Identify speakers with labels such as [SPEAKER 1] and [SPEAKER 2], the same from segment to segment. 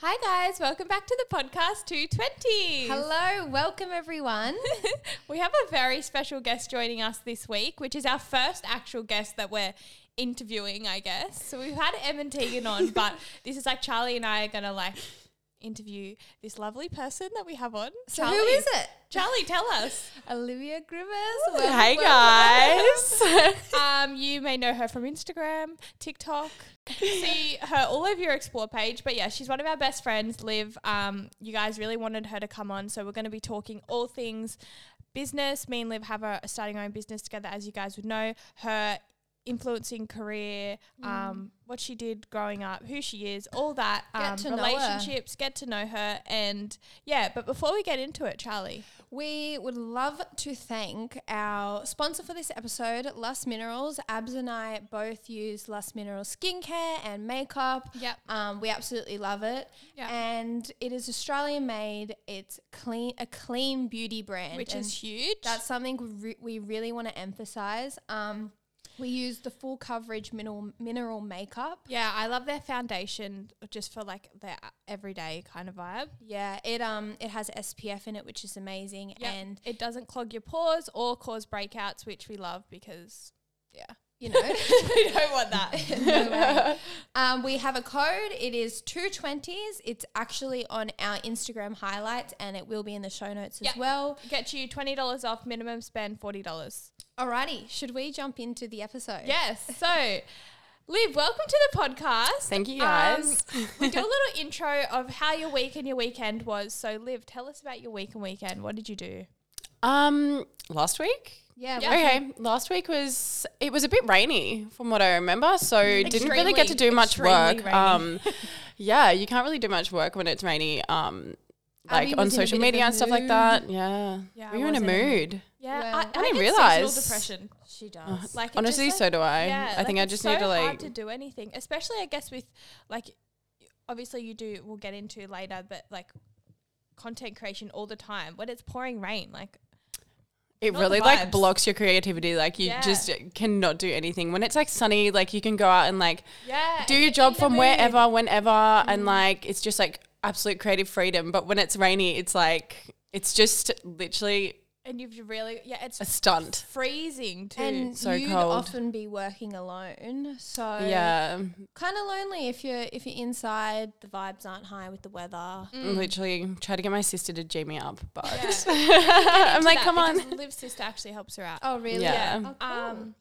[SPEAKER 1] Hi guys, welcome back to the podcast 220.
[SPEAKER 2] Hello, welcome everyone.
[SPEAKER 1] We have a very special guest joining us this week, which is our first actual guest that we're interviewing, I guess. So we've had Em and Tegan on, but this is like Charlie and I are gonna like interview this lovely person that we have on.
[SPEAKER 2] So who is it?
[SPEAKER 1] Charlie, tell us.
[SPEAKER 2] Olivia Grimmers.
[SPEAKER 3] Hey
[SPEAKER 2] welcome,
[SPEAKER 3] guys.
[SPEAKER 1] Um, you may know her from Instagram, TikTok. See her all over your explore page. But yeah, she's one of our best friends, Liv. Um, you guys really wanted her to come on, so we're going to be talking all things business. Me and Liv have a, a starting our own business together, as you guys would know. Her influencing career,
[SPEAKER 2] Mm.
[SPEAKER 1] um, what she did growing up, who she is, all that. Um,
[SPEAKER 2] to know her.
[SPEAKER 1] relationships, get to know her, and yeah. But before we get into it, Charlie,
[SPEAKER 2] We would love to thank our sponsor for this episode, Lust Minerals. Abs and I both use Lust Minerals skincare and makeup.
[SPEAKER 1] Yep.
[SPEAKER 2] Um, we absolutely love it.
[SPEAKER 1] Yep.
[SPEAKER 2] And it is Australian made. It's clean, a clean beauty brand,
[SPEAKER 1] which
[SPEAKER 2] and
[SPEAKER 1] is huge.
[SPEAKER 2] That's something we re- we really want to emphasize. Um, we use the full coverage mineral mineral makeup.
[SPEAKER 1] Yeah, I love their foundation just for like their everyday kind of vibe.
[SPEAKER 2] Yeah, it um it has SPF in it, which is amazing.
[SPEAKER 1] And
[SPEAKER 2] And
[SPEAKER 1] it doesn't clog your pores or cause breakouts, which we love because yeah.
[SPEAKER 2] you know,
[SPEAKER 1] we don't want that.
[SPEAKER 2] no way. um, we have a code. It is two twenties. It's actually on our Instagram highlights, and it will be in the show notes
[SPEAKER 1] Yeah.
[SPEAKER 2] as well.
[SPEAKER 1] Get you twenty dollars off minimum spend forty dollars.
[SPEAKER 2] Alrighty, should we jump into the episode?
[SPEAKER 1] Yes. So Liv, welcome to the podcast.
[SPEAKER 3] Thank you,
[SPEAKER 1] Um,
[SPEAKER 3] guys.
[SPEAKER 1] we do a little intro of how your week and your weekend was. So Liv, tell us about your week and weekend. What did you do?
[SPEAKER 3] um, last week.
[SPEAKER 2] Yeah.
[SPEAKER 1] Yeah.
[SPEAKER 2] we-
[SPEAKER 3] Okay, last week was it was a bit rainy from what I remember, so didn't really get to
[SPEAKER 1] Extremely-
[SPEAKER 3] do much
[SPEAKER 1] extremely
[SPEAKER 3] work.
[SPEAKER 1] rainy.
[SPEAKER 3] Um, yeah, you can't really do much work when it's rainy. Um, like
[SPEAKER 2] Abby
[SPEAKER 3] on
[SPEAKER 2] was in a
[SPEAKER 3] social
[SPEAKER 2] bit of a
[SPEAKER 3] media and stuff like
[SPEAKER 2] mood.
[SPEAKER 3] that. Yeah,
[SPEAKER 1] Yeah,
[SPEAKER 3] we
[SPEAKER 1] I
[SPEAKER 3] were in a
[SPEAKER 1] was in a
[SPEAKER 3] mood.
[SPEAKER 1] Yeah,
[SPEAKER 2] Well,
[SPEAKER 1] I,
[SPEAKER 2] I
[SPEAKER 1] I,
[SPEAKER 3] didn't
[SPEAKER 1] get
[SPEAKER 3] realise.
[SPEAKER 1] seasonal depression.
[SPEAKER 2] She does.
[SPEAKER 1] Like it just,
[SPEAKER 3] Honestly,
[SPEAKER 1] like-
[SPEAKER 3] so do I.
[SPEAKER 1] Yeah,
[SPEAKER 3] I think
[SPEAKER 1] like,
[SPEAKER 3] I
[SPEAKER 1] it's
[SPEAKER 3] just
[SPEAKER 1] so
[SPEAKER 3] need to
[SPEAKER 1] hard
[SPEAKER 3] like.
[SPEAKER 1] to do anything, especially I guess with like obviously you do. We'll get into later, but like content creation all the time when it's pouring rain, like
[SPEAKER 3] it
[SPEAKER 1] not the
[SPEAKER 3] really
[SPEAKER 1] vibes.
[SPEAKER 3] like blocks your creativity. Like you
[SPEAKER 1] Yeah.
[SPEAKER 3] just cannot do anything when it's like sunny. Like you can go out and like
[SPEAKER 1] yeah,
[SPEAKER 3] do your job from wherever, whenever, and like it's just like absolute creative freedom. But when it's rainy, it's like it's just literally
[SPEAKER 1] and you've really yeah, it's
[SPEAKER 3] a stunt.
[SPEAKER 1] freezing too.
[SPEAKER 2] And
[SPEAKER 3] So
[SPEAKER 2] you'd
[SPEAKER 3] cold.
[SPEAKER 2] often be working alone, so
[SPEAKER 3] Yeah,
[SPEAKER 2] kind of lonely if you're if you're inside. The vibes aren't high with the weather.
[SPEAKER 3] Mm. literally try to get my sister to g me up, but
[SPEAKER 1] Mm. Yeah.
[SPEAKER 3] I'm like,
[SPEAKER 1] That-
[SPEAKER 3] come on.
[SPEAKER 1] because Liv's sister actually helps her out.
[SPEAKER 2] Oh really?
[SPEAKER 3] Yeah.
[SPEAKER 2] Oh, cool.
[SPEAKER 1] Um,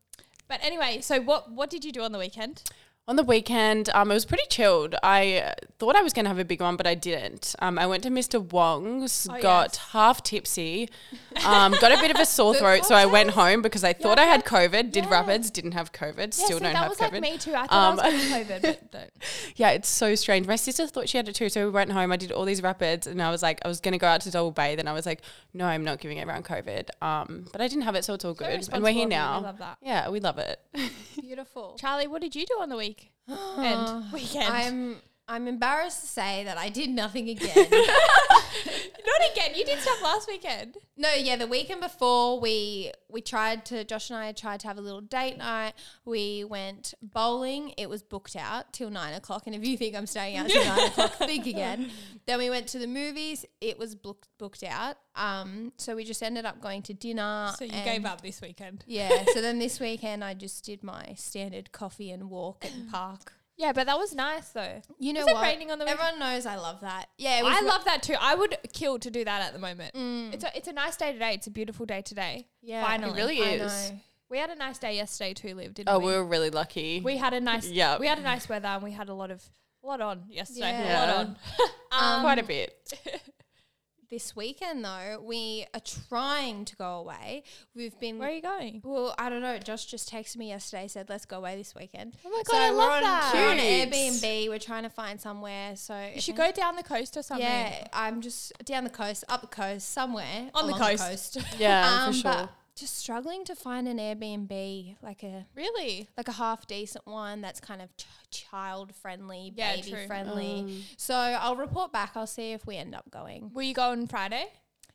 [SPEAKER 1] but anyway, so what what did you do on the weekend?
[SPEAKER 3] On the weekend, um, it was pretty chilled. I uh, thought I was going to have a big one, but I didn't. Um, I went to Mr. Wong's,
[SPEAKER 1] Oh,
[SPEAKER 3] got
[SPEAKER 1] yes.
[SPEAKER 3] half tipsy, um, got a bit of a sore throat, so I went home because I thought I had COVID. Did
[SPEAKER 1] Yeah.
[SPEAKER 3] rapids, didn't have COVID,
[SPEAKER 1] Yeah,
[SPEAKER 3] still
[SPEAKER 1] see,
[SPEAKER 3] don't
[SPEAKER 1] that
[SPEAKER 3] have
[SPEAKER 1] was
[SPEAKER 3] COVID.
[SPEAKER 1] like me too. I thought I
[SPEAKER 3] Um,
[SPEAKER 1] was getting COVID, but don't.
[SPEAKER 3] Yeah, it's so strange. My sister thought she had it too, so we went home. I did all these rapids, and I was like, I was gonna go out to Double Bay, then I was like, no, I'm not giving everyone COVID. Um, but I didn't have it, so it's all good. and
[SPEAKER 1] responsible
[SPEAKER 3] we're
[SPEAKER 1] of
[SPEAKER 3] here
[SPEAKER 1] you. We
[SPEAKER 3] now.
[SPEAKER 1] love that.
[SPEAKER 3] Yeah, we love it.
[SPEAKER 2] Oh, Beautiful.
[SPEAKER 1] Charlie, what did you do on the week and weekend?
[SPEAKER 2] I'm I'm embarrassed to say that I did nothing again.
[SPEAKER 1] Not again. You did stuff last weekend.
[SPEAKER 2] no, yeah, the weekend before we we tried to Josh and I tried to have a little date night. We went bowling. It was booked out till nine o'clock. And if you think I'm staying out till nine o'clock, think again. Then we went to the movies. It was booked booked out. Um, so we just ended up going to dinner. Uh, and-
[SPEAKER 1] up this weekend.
[SPEAKER 2] Yeah. so then this weekend I just did my standard coffee and walk and park.
[SPEAKER 1] Yeah, but that was nice though.
[SPEAKER 2] You know
[SPEAKER 1] Was it
[SPEAKER 2] what?
[SPEAKER 1] raining on the weekend?
[SPEAKER 2] Everyone knows I love that. Yeah, it was
[SPEAKER 1] I
[SPEAKER 2] re-
[SPEAKER 1] love that too. I would kill to do that at the moment. It's a it's a nice day today. It's a beautiful day today.
[SPEAKER 2] Yeah,
[SPEAKER 1] finally.
[SPEAKER 3] It really
[SPEAKER 2] I
[SPEAKER 3] is.
[SPEAKER 2] know.
[SPEAKER 1] We had a nice day yesterday too, Liv, didn't
[SPEAKER 3] Oh,
[SPEAKER 1] we?
[SPEAKER 3] we were really lucky.
[SPEAKER 1] we had a nice
[SPEAKER 3] Yeah.
[SPEAKER 1] We had a nice weather and we had a lot of a lot on yesterday.
[SPEAKER 2] Yeah.
[SPEAKER 1] A
[SPEAKER 3] Yeah. Um,
[SPEAKER 1] lot on. Um,
[SPEAKER 3] quite a bit.
[SPEAKER 2] This weekend, though, we are trying to go away. We've been.
[SPEAKER 1] Where are you going?
[SPEAKER 2] well, I don't know. Josh just texted me yesterday, said, let's go away this weekend.
[SPEAKER 1] Oh my
[SPEAKER 2] So
[SPEAKER 1] God, I
[SPEAKER 2] we're
[SPEAKER 1] love
[SPEAKER 2] on,
[SPEAKER 1] that.
[SPEAKER 2] We're on
[SPEAKER 3] Cute.
[SPEAKER 2] Airbnb. We're trying to find somewhere. So
[SPEAKER 1] You should go down the coast or something.
[SPEAKER 2] Yeah, I'm just down the coast, up the coast, somewhere.
[SPEAKER 1] On the
[SPEAKER 2] along
[SPEAKER 1] coast.
[SPEAKER 3] Yeah,
[SPEAKER 2] um,
[SPEAKER 3] for
[SPEAKER 2] But
[SPEAKER 3] sure.
[SPEAKER 2] just struggling to find an Airbnb, like a.
[SPEAKER 1] Really?
[SPEAKER 2] Like a half decent one that's kind of ch- child friendly,
[SPEAKER 1] Yeah,
[SPEAKER 2] baby
[SPEAKER 1] true. Mm.
[SPEAKER 2] friendly. so I'll report back. I'll see if we end up going.
[SPEAKER 1] Will you go on Friday?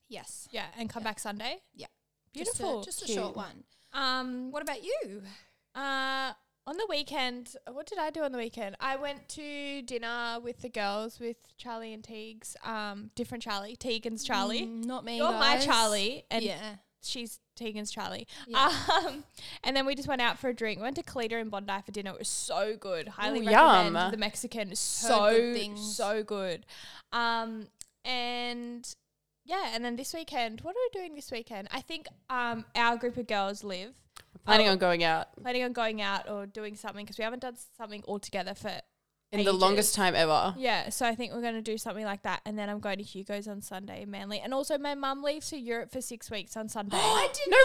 [SPEAKER 2] Yes.
[SPEAKER 1] Yeah, and come back Sunday.
[SPEAKER 2] Yeah. Just a-
[SPEAKER 1] Beautiful.
[SPEAKER 2] Just a,
[SPEAKER 3] Cute.
[SPEAKER 2] short one.
[SPEAKER 1] um
[SPEAKER 2] What about you?
[SPEAKER 1] Uh, on the weekend, what did I do on the weekend? I went to dinner with the girls with Charlie and Teague's, um, different Charlie, Teagan's Charlie.
[SPEAKER 2] Mm, not me.
[SPEAKER 1] You're my
[SPEAKER 2] guys.
[SPEAKER 1] Charlie, and
[SPEAKER 2] yeah.
[SPEAKER 1] she's Tegan's Charlie.
[SPEAKER 2] Yeah.
[SPEAKER 1] Um, and then we just went out for a drink. Went to Kalita in Bondi for dinner. It was so good. Highly
[SPEAKER 3] Ooh,
[SPEAKER 1] recommend
[SPEAKER 3] yum.
[SPEAKER 1] the Mexican. It's So
[SPEAKER 2] good things.
[SPEAKER 1] so good. Um, and yeah, and then this weekend, what are we doing this weekend? I think um, our group of girls live
[SPEAKER 3] Planning
[SPEAKER 1] Oh.
[SPEAKER 3] on going out
[SPEAKER 1] planning on going out or doing something because we haven't done something all together for
[SPEAKER 3] in the longest time ever.
[SPEAKER 1] yeah, so I think we're going to do something like that, and then I'm going to Hugo's on Sunday in Manly, and also my mum leaves to Europe for six weeks on Sunday. I did
[SPEAKER 3] No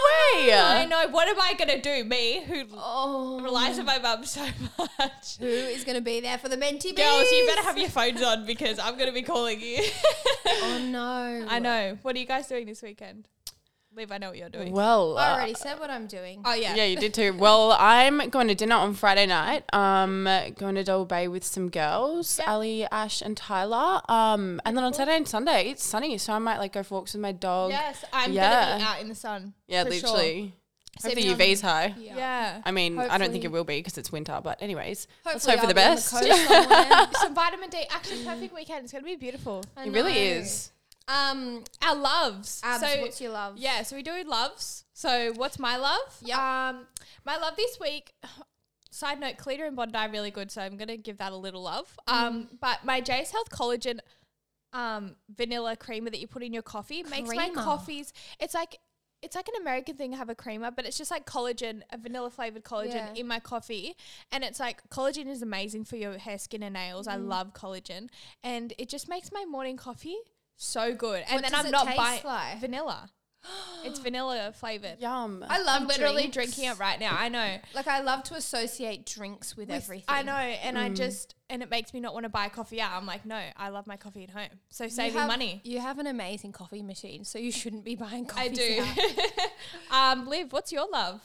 [SPEAKER 3] way.
[SPEAKER 1] I know. What am I going to do? Me, who
[SPEAKER 2] Oh,
[SPEAKER 1] relies on my mum so much.
[SPEAKER 2] who is going to be there for the mentee?
[SPEAKER 1] Girls, you better have your phones on because I'm going to be calling you.
[SPEAKER 2] Oh no!
[SPEAKER 1] I know. What are you guys doing this weekend? Liv, I know what you're doing.
[SPEAKER 3] Well,
[SPEAKER 2] I
[SPEAKER 3] uh,
[SPEAKER 2] already said what I'm doing.
[SPEAKER 1] Oh, yeah.
[SPEAKER 3] yeah, you did too. Well, I'm going to dinner on Friday night. Um, going to Double Bay with some girls, Ali, Ash, and Tyler. Um, and then on Saturday and Sunday, it's sunny, so I might like go for walks with my dog.
[SPEAKER 1] Yes, I'm going to
[SPEAKER 3] Yeah.
[SPEAKER 1] be out in the sun.
[SPEAKER 3] yeah,
[SPEAKER 1] for sure.
[SPEAKER 3] literally.
[SPEAKER 2] Save
[SPEAKER 3] Hope
[SPEAKER 2] me
[SPEAKER 3] the
[SPEAKER 2] on-
[SPEAKER 3] UV's high.
[SPEAKER 2] Yeah.
[SPEAKER 1] Yeah.
[SPEAKER 3] I mean, I don't
[SPEAKER 2] Hopefully.
[SPEAKER 3] think it will be because it's winter. But anyways, let's
[SPEAKER 2] Hopefully
[SPEAKER 3] hope for the
[SPEAKER 2] I'll be on
[SPEAKER 3] best.
[SPEAKER 2] coast somewhere.
[SPEAKER 1] Some vitamin D. Actually, perfect weekend. It's going to be beautiful.
[SPEAKER 2] I
[SPEAKER 3] it really
[SPEAKER 2] know.
[SPEAKER 3] is.
[SPEAKER 2] Um,
[SPEAKER 1] Our loves.
[SPEAKER 2] abs,
[SPEAKER 1] so
[SPEAKER 2] what's your love?
[SPEAKER 1] yeah, so we do loves. So what's my love?
[SPEAKER 2] Yep.
[SPEAKER 1] Um, my love this week. Side note, Cleta and Bondi are really good, so I'm gonna give that a little love.
[SPEAKER 2] Mm.
[SPEAKER 1] Um, but my J's Health Collagen, um, vanilla creamer that you put in your coffee makes my
[SPEAKER 2] Creamer.
[SPEAKER 1] coffees. It's like it's like an American thing to have a creamer, but it's just like collagen, a vanilla flavored collagen
[SPEAKER 2] Yeah.
[SPEAKER 1] in my coffee. And it's like collagen is amazing for your hair, skin, and nails. I
[SPEAKER 2] Mm.
[SPEAKER 1] love collagen, and it just makes my morning coffee so good. And
[SPEAKER 2] What
[SPEAKER 1] then
[SPEAKER 2] does
[SPEAKER 1] I'm
[SPEAKER 2] it
[SPEAKER 1] not
[SPEAKER 2] taste
[SPEAKER 1] buying
[SPEAKER 2] like?
[SPEAKER 1] vanilla. it's vanilla flavored.
[SPEAKER 3] Yum.
[SPEAKER 2] I love
[SPEAKER 1] I'm literally
[SPEAKER 2] drinks.
[SPEAKER 1] drinking it right now. I know.
[SPEAKER 2] Like I love to associate drinks with, everything.
[SPEAKER 1] I know, and I just and it makes me not want to buy coffee out. I'm like, no, I love my coffee at home. So
[SPEAKER 2] You
[SPEAKER 1] saving
[SPEAKER 2] have-
[SPEAKER 1] money.
[SPEAKER 2] You have an amazing coffee machine, so you shouldn't be buying coffee.
[SPEAKER 1] I do. um, Liv, what's your love?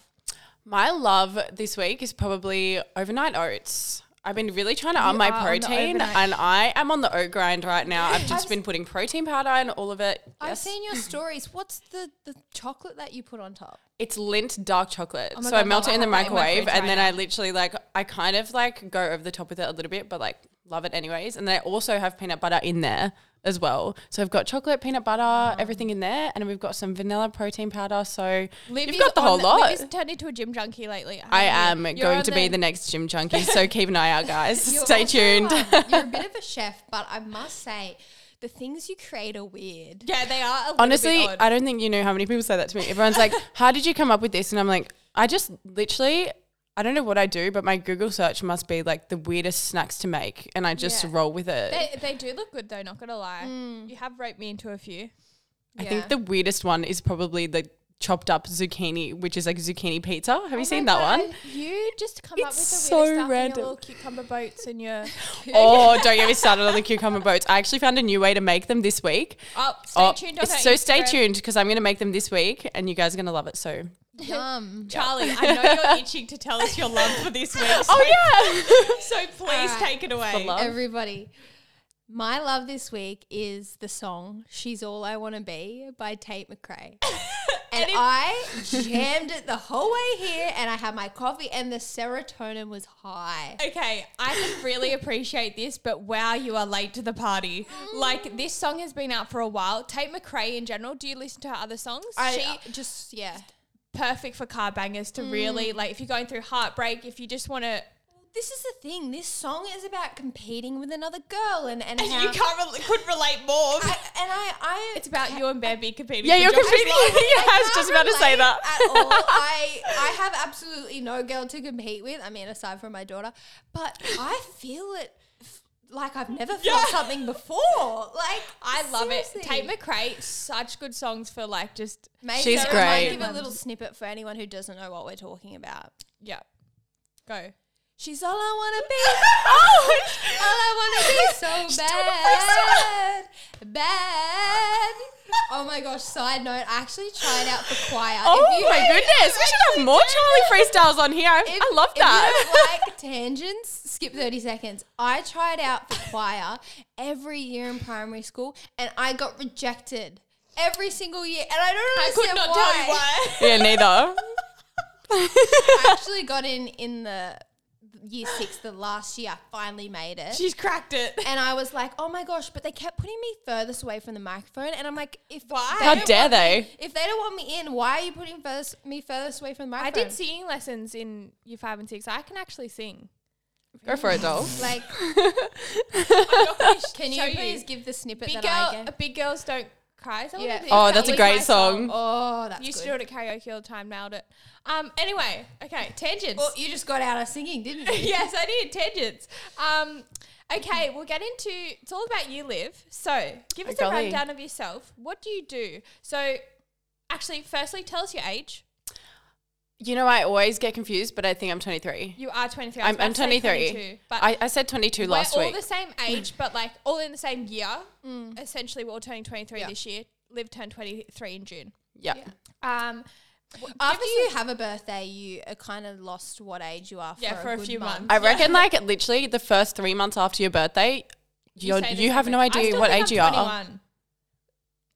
[SPEAKER 3] My love this week is probably overnight oats. I've been really trying to up my
[SPEAKER 2] are on the
[SPEAKER 3] protein,
[SPEAKER 2] overnight-
[SPEAKER 3] and I am on the oat grind right now. I've just been putting protein powder in all of it.
[SPEAKER 2] I've
[SPEAKER 3] Yes.
[SPEAKER 2] seen your stories. What's the the chocolate that you put on top?
[SPEAKER 3] it's lint dark chocolate. so
[SPEAKER 1] God,
[SPEAKER 3] I melt
[SPEAKER 1] Mum,
[SPEAKER 3] it in
[SPEAKER 1] I
[SPEAKER 3] the
[SPEAKER 1] have that in Oh my
[SPEAKER 3] microwave,
[SPEAKER 1] fridge right
[SPEAKER 3] and then
[SPEAKER 1] now.
[SPEAKER 3] I literally like I kind of like go over the top with it a little bit, but like love it anyways. And then I also have peanut butter in there as well. So I've got chocolate, peanut butter, everything in there, and we've got some vanilla protein powder. So
[SPEAKER 1] Liv
[SPEAKER 3] you've
[SPEAKER 1] is
[SPEAKER 3] got the
[SPEAKER 1] on
[SPEAKER 3] whole lot.
[SPEAKER 1] Liv has turned into a gym junkie lately.
[SPEAKER 3] I am
[SPEAKER 1] haven't you? You're
[SPEAKER 3] going
[SPEAKER 1] on
[SPEAKER 3] to be the next gym junkie, so keep an eye out, guys.
[SPEAKER 2] You're
[SPEAKER 3] Stay
[SPEAKER 2] also,
[SPEAKER 3] tuned.
[SPEAKER 2] um, you're a bit of a chef, but I must say, the things you create are weird.
[SPEAKER 1] Yeah, they are. A little
[SPEAKER 3] Honestly,
[SPEAKER 1] bit odd.
[SPEAKER 3] I don't think you know how many people say that to me. Everyone's like, "How did you come up with this?" And I'm like, "I just literally, I don't know what I do, but my Google search must be like the weirdest snacks to make, and I just
[SPEAKER 1] Yeah.
[SPEAKER 3] roll with it."
[SPEAKER 1] They, they do look good though, not gonna lie.
[SPEAKER 3] Mm.
[SPEAKER 1] You have roped me into a few.
[SPEAKER 3] I think the weirdest one is probably the chopped up zucchini, which is like zucchini pizza. Have
[SPEAKER 2] Oh
[SPEAKER 1] Oh
[SPEAKER 3] you seen that one?
[SPEAKER 1] You just come up
[SPEAKER 3] It's
[SPEAKER 1] with the
[SPEAKER 3] so
[SPEAKER 1] weirdest stuff in your
[SPEAKER 3] random.
[SPEAKER 1] little cucumber boats and your
[SPEAKER 3] Oh, don't get me started on the cucumber boats. I actually found a new way to make them this week.
[SPEAKER 1] Oh, stay
[SPEAKER 3] Oh,
[SPEAKER 1] tuned on our
[SPEAKER 3] so stay
[SPEAKER 1] Instagram.
[SPEAKER 3] tuned because I'm going to make them this week, and you guys are going to love it. So
[SPEAKER 2] Yum.
[SPEAKER 1] Charlie, I know you're itching to tell us your love for this week. So,
[SPEAKER 3] oh yeah.
[SPEAKER 1] so please
[SPEAKER 2] Alright.
[SPEAKER 1] take it away.
[SPEAKER 3] love.
[SPEAKER 2] Everybody. My love this week is the song She's All I Wanna Be by Tate McRae. and I jammed it the whole way here and I had my coffee and the serotonin was high.
[SPEAKER 1] Okay, I can really appreciate this, but wow, you are late to the party. Like this song has been out for a while. Tate McRae in general. Do you listen to her other songs?
[SPEAKER 2] I just yeah.
[SPEAKER 1] perfect for car bangers to really like. If you're going through heartbreak, if you just want to,
[SPEAKER 2] This is the thing. This song is about competing with another girl and and,
[SPEAKER 1] and
[SPEAKER 2] how,
[SPEAKER 1] you can't re- could relate more.
[SPEAKER 2] I, and I I
[SPEAKER 1] it's about you and Bambi competing.
[SPEAKER 3] Yeah,
[SPEAKER 1] for
[SPEAKER 3] you're
[SPEAKER 1] jobs.
[SPEAKER 3] competing. yeah, I was
[SPEAKER 2] can't
[SPEAKER 3] just about to say
[SPEAKER 2] relate
[SPEAKER 3] that.
[SPEAKER 2] At all. I, I have absolutely no girl to compete with. I mean, aside from my daughter, but I feel it f- like I've never felt
[SPEAKER 1] Yeah.
[SPEAKER 2] something before. Like
[SPEAKER 1] I love it. Tate
[SPEAKER 2] seriously.
[SPEAKER 1] McRae, such good songs for like just
[SPEAKER 2] Maybe
[SPEAKER 3] She's
[SPEAKER 2] Sarah might
[SPEAKER 3] great.
[SPEAKER 2] Give a little snippet for anyone who doesn't know what we're talking about.
[SPEAKER 1] yeah. Go.
[SPEAKER 2] She's all I wanna be. oh, all I wanna be so bad, bad. Oh my gosh! Side note, I actually tried out for choir.
[SPEAKER 3] Oh
[SPEAKER 2] If you-
[SPEAKER 3] my goodness. We should have more Charlie freestyles on here. I,
[SPEAKER 2] If-
[SPEAKER 3] I love that.
[SPEAKER 2] If you don't like tangents, skip 30 seconds. I tried out for choir every year in primary school and I got rejected every single year. And I don't
[SPEAKER 1] I could
[SPEAKER 2] understand
[SPEAKER 1] not
[SPEAKER 2] why.
[SPEAKER 1] tell you why.
[SPEAKER 3] yeah, neither.
[SPEAKER 2] I actually got in in the year six, the last year, finally made it.
[SPEAKER 1] She's cracked it.
[SPEAKER 2] and I was like, oh my gosh, but they kept putting me furthest away from the microphone. And I'm like, if why?
[SPEAKER 3] How dare they?
[SPEAKER 2] If they don't want me in, why are you putting first, me furthest away from the
[SPEAKER 1] I
[SPEAKER 2] microphone?
[SPEAKER 1] did singing lessons in year five and six. I can actually sing.
[SPEAKER 3] Go for it, doll.
[SPEAKER 2] Like, can
[SPEAKER 1] show
[SPEAKER 2] you
[SPEAKER 1] you.
[SPEAKER 2] please give the snippet
[SPEAKER 1] Big
[SPEAKER 2] that I
[SPEAKER 1] girl,
[SPEAKER 2] gave?
[SPEAKER 1] uh, big girls don't cry. Is that what
[SPEAKER 2] Yeah.
[SPEAKER 1] it is?
[SPEAKER 3] Oh,
[SPEAKER 1] That
[SPEAKER 3] that's a
[SPEAKER 1] was
[SPEAKER 3] great
[SPEAKER 1] my
[SPEAKER 3] song.
[SPEAKER 2] Oh, that's
[SPEAKER 1] Used to
[SPEAKER 2] good.
[SPEAKER 1] do it at karaoke all the time. Nailed it. Um. Anyway, okay. Tangents.
[SPEAKER 2] Well, you just got out of singing, didn't you?
[SPEAKER 1] yes, I did. Tangents. Um. Okay, we'll get into it's all about you live. So give us
[SPEAKER 3] Oh,
[SPEAKER 1] a
[SPEAKER 3] golly.
[SPEAKER 1] rundown of yourself. What do you do? So, actually, firstly, tell us your age.
[SPEAKER 3] You know, I always get confused, but I think I'm 23.
[SPEAKER 1] You are twenty three.
[SPEAKER 3] I'm, I'm 23.
[SPEAKER 1] but
[SPEAKER 3] I, I said 22 last
[SPEAKER 1] we're all
[SPEAKER 3] week.
[SPEAKER 1] the same age, but like all in the same year.
[SPEAKER 2] Mm.
[SPEAKER 1] Essentially, we're all turning 23
[SPEAKER 2] Yeah.
[SPEAKER 1] this year. Liv turned 23 in June.
[SPEAKER 3] yeah.
[SPEAKER 1] Um,
[SPEAKER 2] After you have a birthday, you are kind of lost what age you are for,
[SPEAKER 1] Yeah, for a
[SPEAKER 2] good
[SPEAKER 1] few months.
[SPEAKER 2] month.
[SPEAKER 3] I reckon, like, literally the first three months after your birthday, you're,
[SPEAKER 1] say
[SPEAKER 3] you
[SPEAKER 1] this
[SPEAKER 3] have
[SPEAKER 1] every-
[SPEAKER 3] no
[SPEAKER 1] I
[SPEAKER 3] idea
[SPEAKER 1] still
[SPEAKER 3] what
[SPEAKER 1] think
[SPEAKER 3] age
[SPEAKER 1] I'm
[SPEAKER 3] you are.
[SPEAKER 1] 21.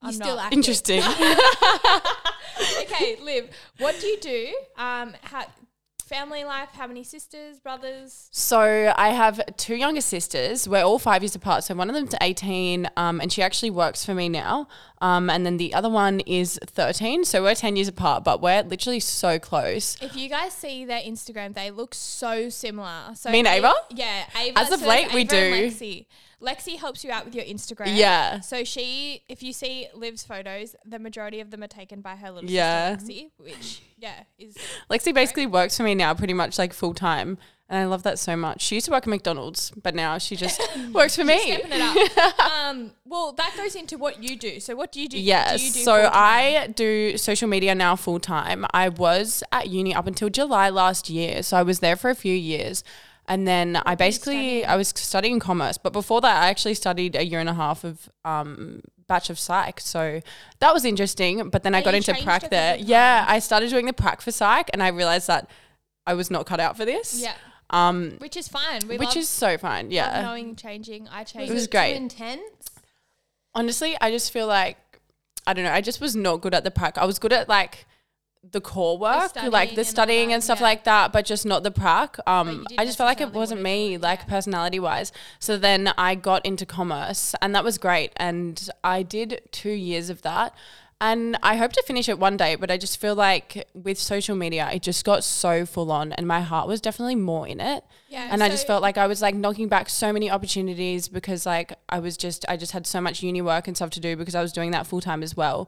[SPEAKER 2] You're
[SPEAKER 1] I'm
[SPEAKER 2] still
[SPEAKER 1] not.
[SPEAKER 2] active.
[SPEAKER 3] Interesting.
[SPEAKER 1] okay, Liv, what do you do? Um, how, family life, how many sisters, brothers?
[SPEAKER 3] So I have two younger sisters. We're all five years apart. So one of them's 18, um, and she actually works for me now. Um, and then the other one is 13. So we're 10 years apart, but we're literally so close.
[SPEAKER 1] If you guys see their Instagram, they look so similar. So
[SPEAKER 3] Me and
[SPEAKER 1] A-
[SPEAKER 3] Ava?
[SPEAKER 1] yeah, Ava.
[SPEAKER 3] As of
[SPEAKER 1] so it's
[SPEAKER 3] late, we
[SPEAKER 1] Ava and
[SPEAKER 3] do.
[SPEAKER 1] Lexi. Lexi helps you out with your Instagram.
[SPEAKER 3] Yeah.
[SPEAKER 1] So she, if you see Liv's photos, the majority of them are taken by her little
[SPEAKER 3] Yeah.
[SPEAKER 1] sister Lexi, which yeah is
[SPEAKER 3] Lexi basically works for me now, pretty much like full time. And I love that so much. She used to work at McDonald's, but now she just works for me.
[SPEAKER 1] stepping it up. um, well, that goes into what you do. So what do you do?
[SPEAKER 3] Yes.
[SPEAKER 1] Do you do
[SPEAKER 3] so
[SPEAKER 1] full-time?
[SPEAKER 3] I do social media now full time. I was at uni up until July last year. So I was there for a few years. And then I basically I was studying commerce, but before that I actually studied a year and a half of um batch of psych. So that was interesting, but then I
[SPEAKER 1] And
[SPEAKER 3] got
[SPEAKER 1] you
[SPEAKER 3] into
[SPEAKER 1] changed
[SPEAKER 3] prac
[SPEAKER 1] it
[SPEAKER 3] there.
[SPEAKER 1] every time.
[SPEAKER 3] Yeah, I started doing the prac for psych and I realized that I was not cut out for this.
[SPEAKER 1] yeah,
[SPEAKER 3] Um
[SPEAKER 1] which is fine. We
[SPEAKER 3] which
[SPEAKER 1] love,
[SPEAKER 3] is so fun.
[SPEAKER 1] love
[SPEAKER 3] Yeah.
[SPEAKER 1] knowing changing. I change.
[SPEAKER 3] It was
[SPEAKER 2] too
[SPEAKER 3] great.
[SPEAKER 2] intense.
[SPEAKER 3] honestly, I just feel like I don't know. I just was not good at the prac. I was good at like the core work,
[SPEAKER 1] studying
[SPEAKER 3] like
[SPEAKER 1] and all
[SPEAKER 3] the studying
[SPEAKER 1] that,
[SPEAKER 3] and stuff
[SPEAKER 1] yeah.
[SPEAKER 3] like that, but just not the prac.
[SPEAKER 1] you
[SPEAKER 3] Um,
[SPEAKER 1] didn't
[SPEAKER 3] I just felt like it
[SPEAKER 1] necessarily
[SPEAKER 3] wasn't
[SPEAKER 1] wanna do
[SPEAKER 3] me,
[SPEAKER 1] it,
[SPEAKER 3] like
[SPEAKER 1] yeah.
[SPEAKER 3] personality wise. So then I got into commerce, and that was great. And I did two years of that. And I hope to finish it one day, but I just feel like with social media, it just got so full on, and my heart was definitely more in it
[SPEAKER 1] Yeah,
[SPEAKER 3] and I just
[SPEAKER 1] so-
[SPEAKER 3] felt like I was like knocking back so many opportunities because like I was just I just had so much uni work and stuff to do because I was doing that full time as well.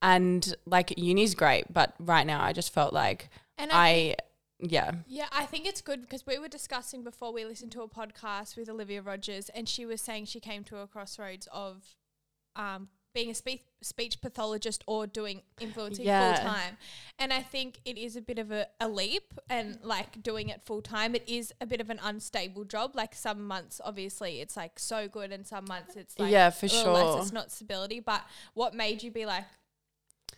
[SPEAKER 3] And like uni's great, but right now I just felt like
[SPEAKER 1] And I
[SPEAKER 3] I, yeah.
[SPEAKER 1] Yeah, I think it's good because we were discussing before we listened to a podcast with Olivia Rogers, and she was saying she came to a crossroads of um, being a speech speech pathologist or doing influencing
[SPEAKER 3] Yeah.
[SPEAKER 1] full time. And I think it is a bit of a, a leap, and like doing it full time, it is a bit of an unstable job. Like some months, obviously, it's like so good, and some months it's like
[SPEAKER 3] Yeah, for
[SPEAKER 1] a little less,
[SPEAKER 3] sure.
[SPEAKER 1] It's not stability. But what made you be like,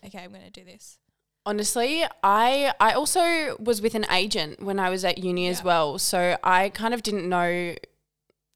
[SPEAKER 1] okay, I'm going to do this?
[SPEAKER 3] Honestly, I I also was with an agent when I was at uni as
[SPEAKER 1] Yeah.
[SPEAKER 3] well, so I kind of didn't know